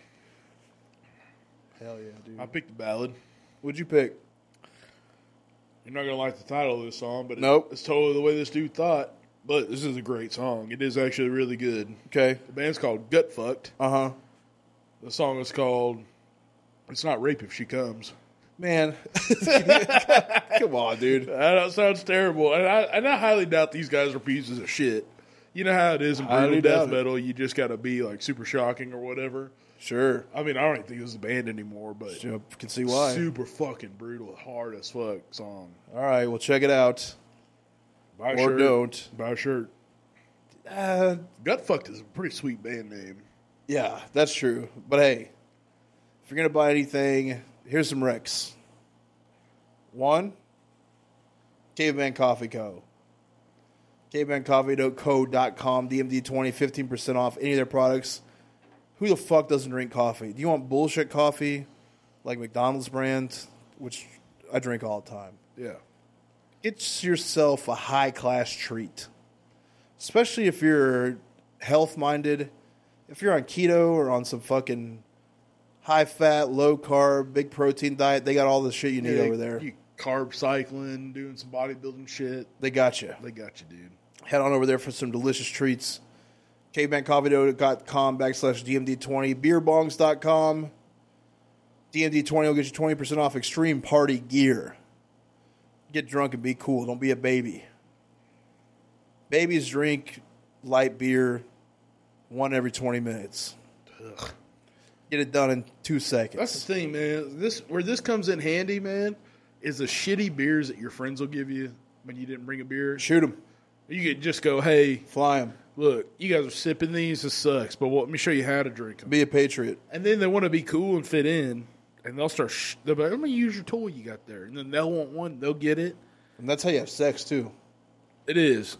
A: Hell yeah, dude.
B: I picked the ballad.
A: What'd you pick?
B: You're not going to like the title of this song, but it-
A: Nope.
B: it's totally the way this dude thought. But this is a great song. It is actually really good.
A: Okay.
B: The band's called Gut Fucked.
A: Uh huh.
B: The song is called It's Not Rape If She Comes.
A: Man, come on, dude.
B: I know it sounds terrible, and I and I highly doubt these guys are pieces of shit. You know how it is in
A: Highly
B: brutal death
A: doubt it.
B: metal; you just got to be like super shocking or whatever.
A: Sure,
B: I mean, I don't even think this is a band anymore, but
A: you can see why.
B: super fucking brutal, hard as fuck song.
A: All right, well, check it out
B: Buy a
A: or
B: shirt.
A: don't.
B: Buy a shirt.
A: Uh,
B: Gut fucked is a pretty sweet band name.
A: yeah, that's true. But hey, if you're gonna buy anything, here's some recs. One, Caveman Coffee Co. CavemanCoffee.co.com, DMD 20, 15% off any of their products. Who the fuck doesn't drink coffee? Do you want bullshit coffee like McDonald's brand, which I drink all the time?
B: Yeah,
A: It's yourself a high class treat, especially if you're health minded. If you're on keto or on some fucking high fat, low carb, big protein diet, they got all the shit you need
B: Yeah,
A: over there.
B: You carb cycling, doing some bodybuilding shit.
A: They got you.
B: They got you, dude.
A: Head on over there for some delicious treats. cavemancoffee.com backslash DMD20, beerbongs.com. DMD20 will get you 20% off extreme party gear. Get drunk and be cool. Don't be a baby. Babies drink light beer one every 20 minutes.
B: Ugh.
A: Get it done in two seconds.
B: That's the thing, man. This where this comes in handy, man, is the shitty beers that your friends will give you when you didn't bring a beer.
A: Shoot them.
B: You could just go, "Hey,
A: Fly them.
B: look, you guys are sipping these. This sucks, but let me show you how to drink them."
A: Be a patriot.
B: And then they want to be cool and fit in, and they'll start. Sh- they'll be like, "Let me use your toy you got there," and then they'll want one. They'll get it.
A: And that's how you have sex, too.
B: It is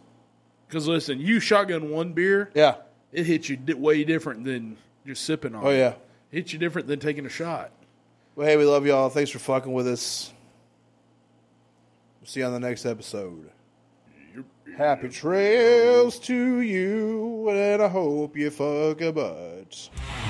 B: because listen, you shotgun one beer,
A: Yeah.
B: it hits you di- way different than just sipping on.
A: Oh,
B: it.
A: yeah.
B: It hits you different than taking a shot.
A: Well, hey, we love y'all. Thanks for fucking with us. We'll see you on the next episode. Happy trails to you, and I hope you fuck a butt.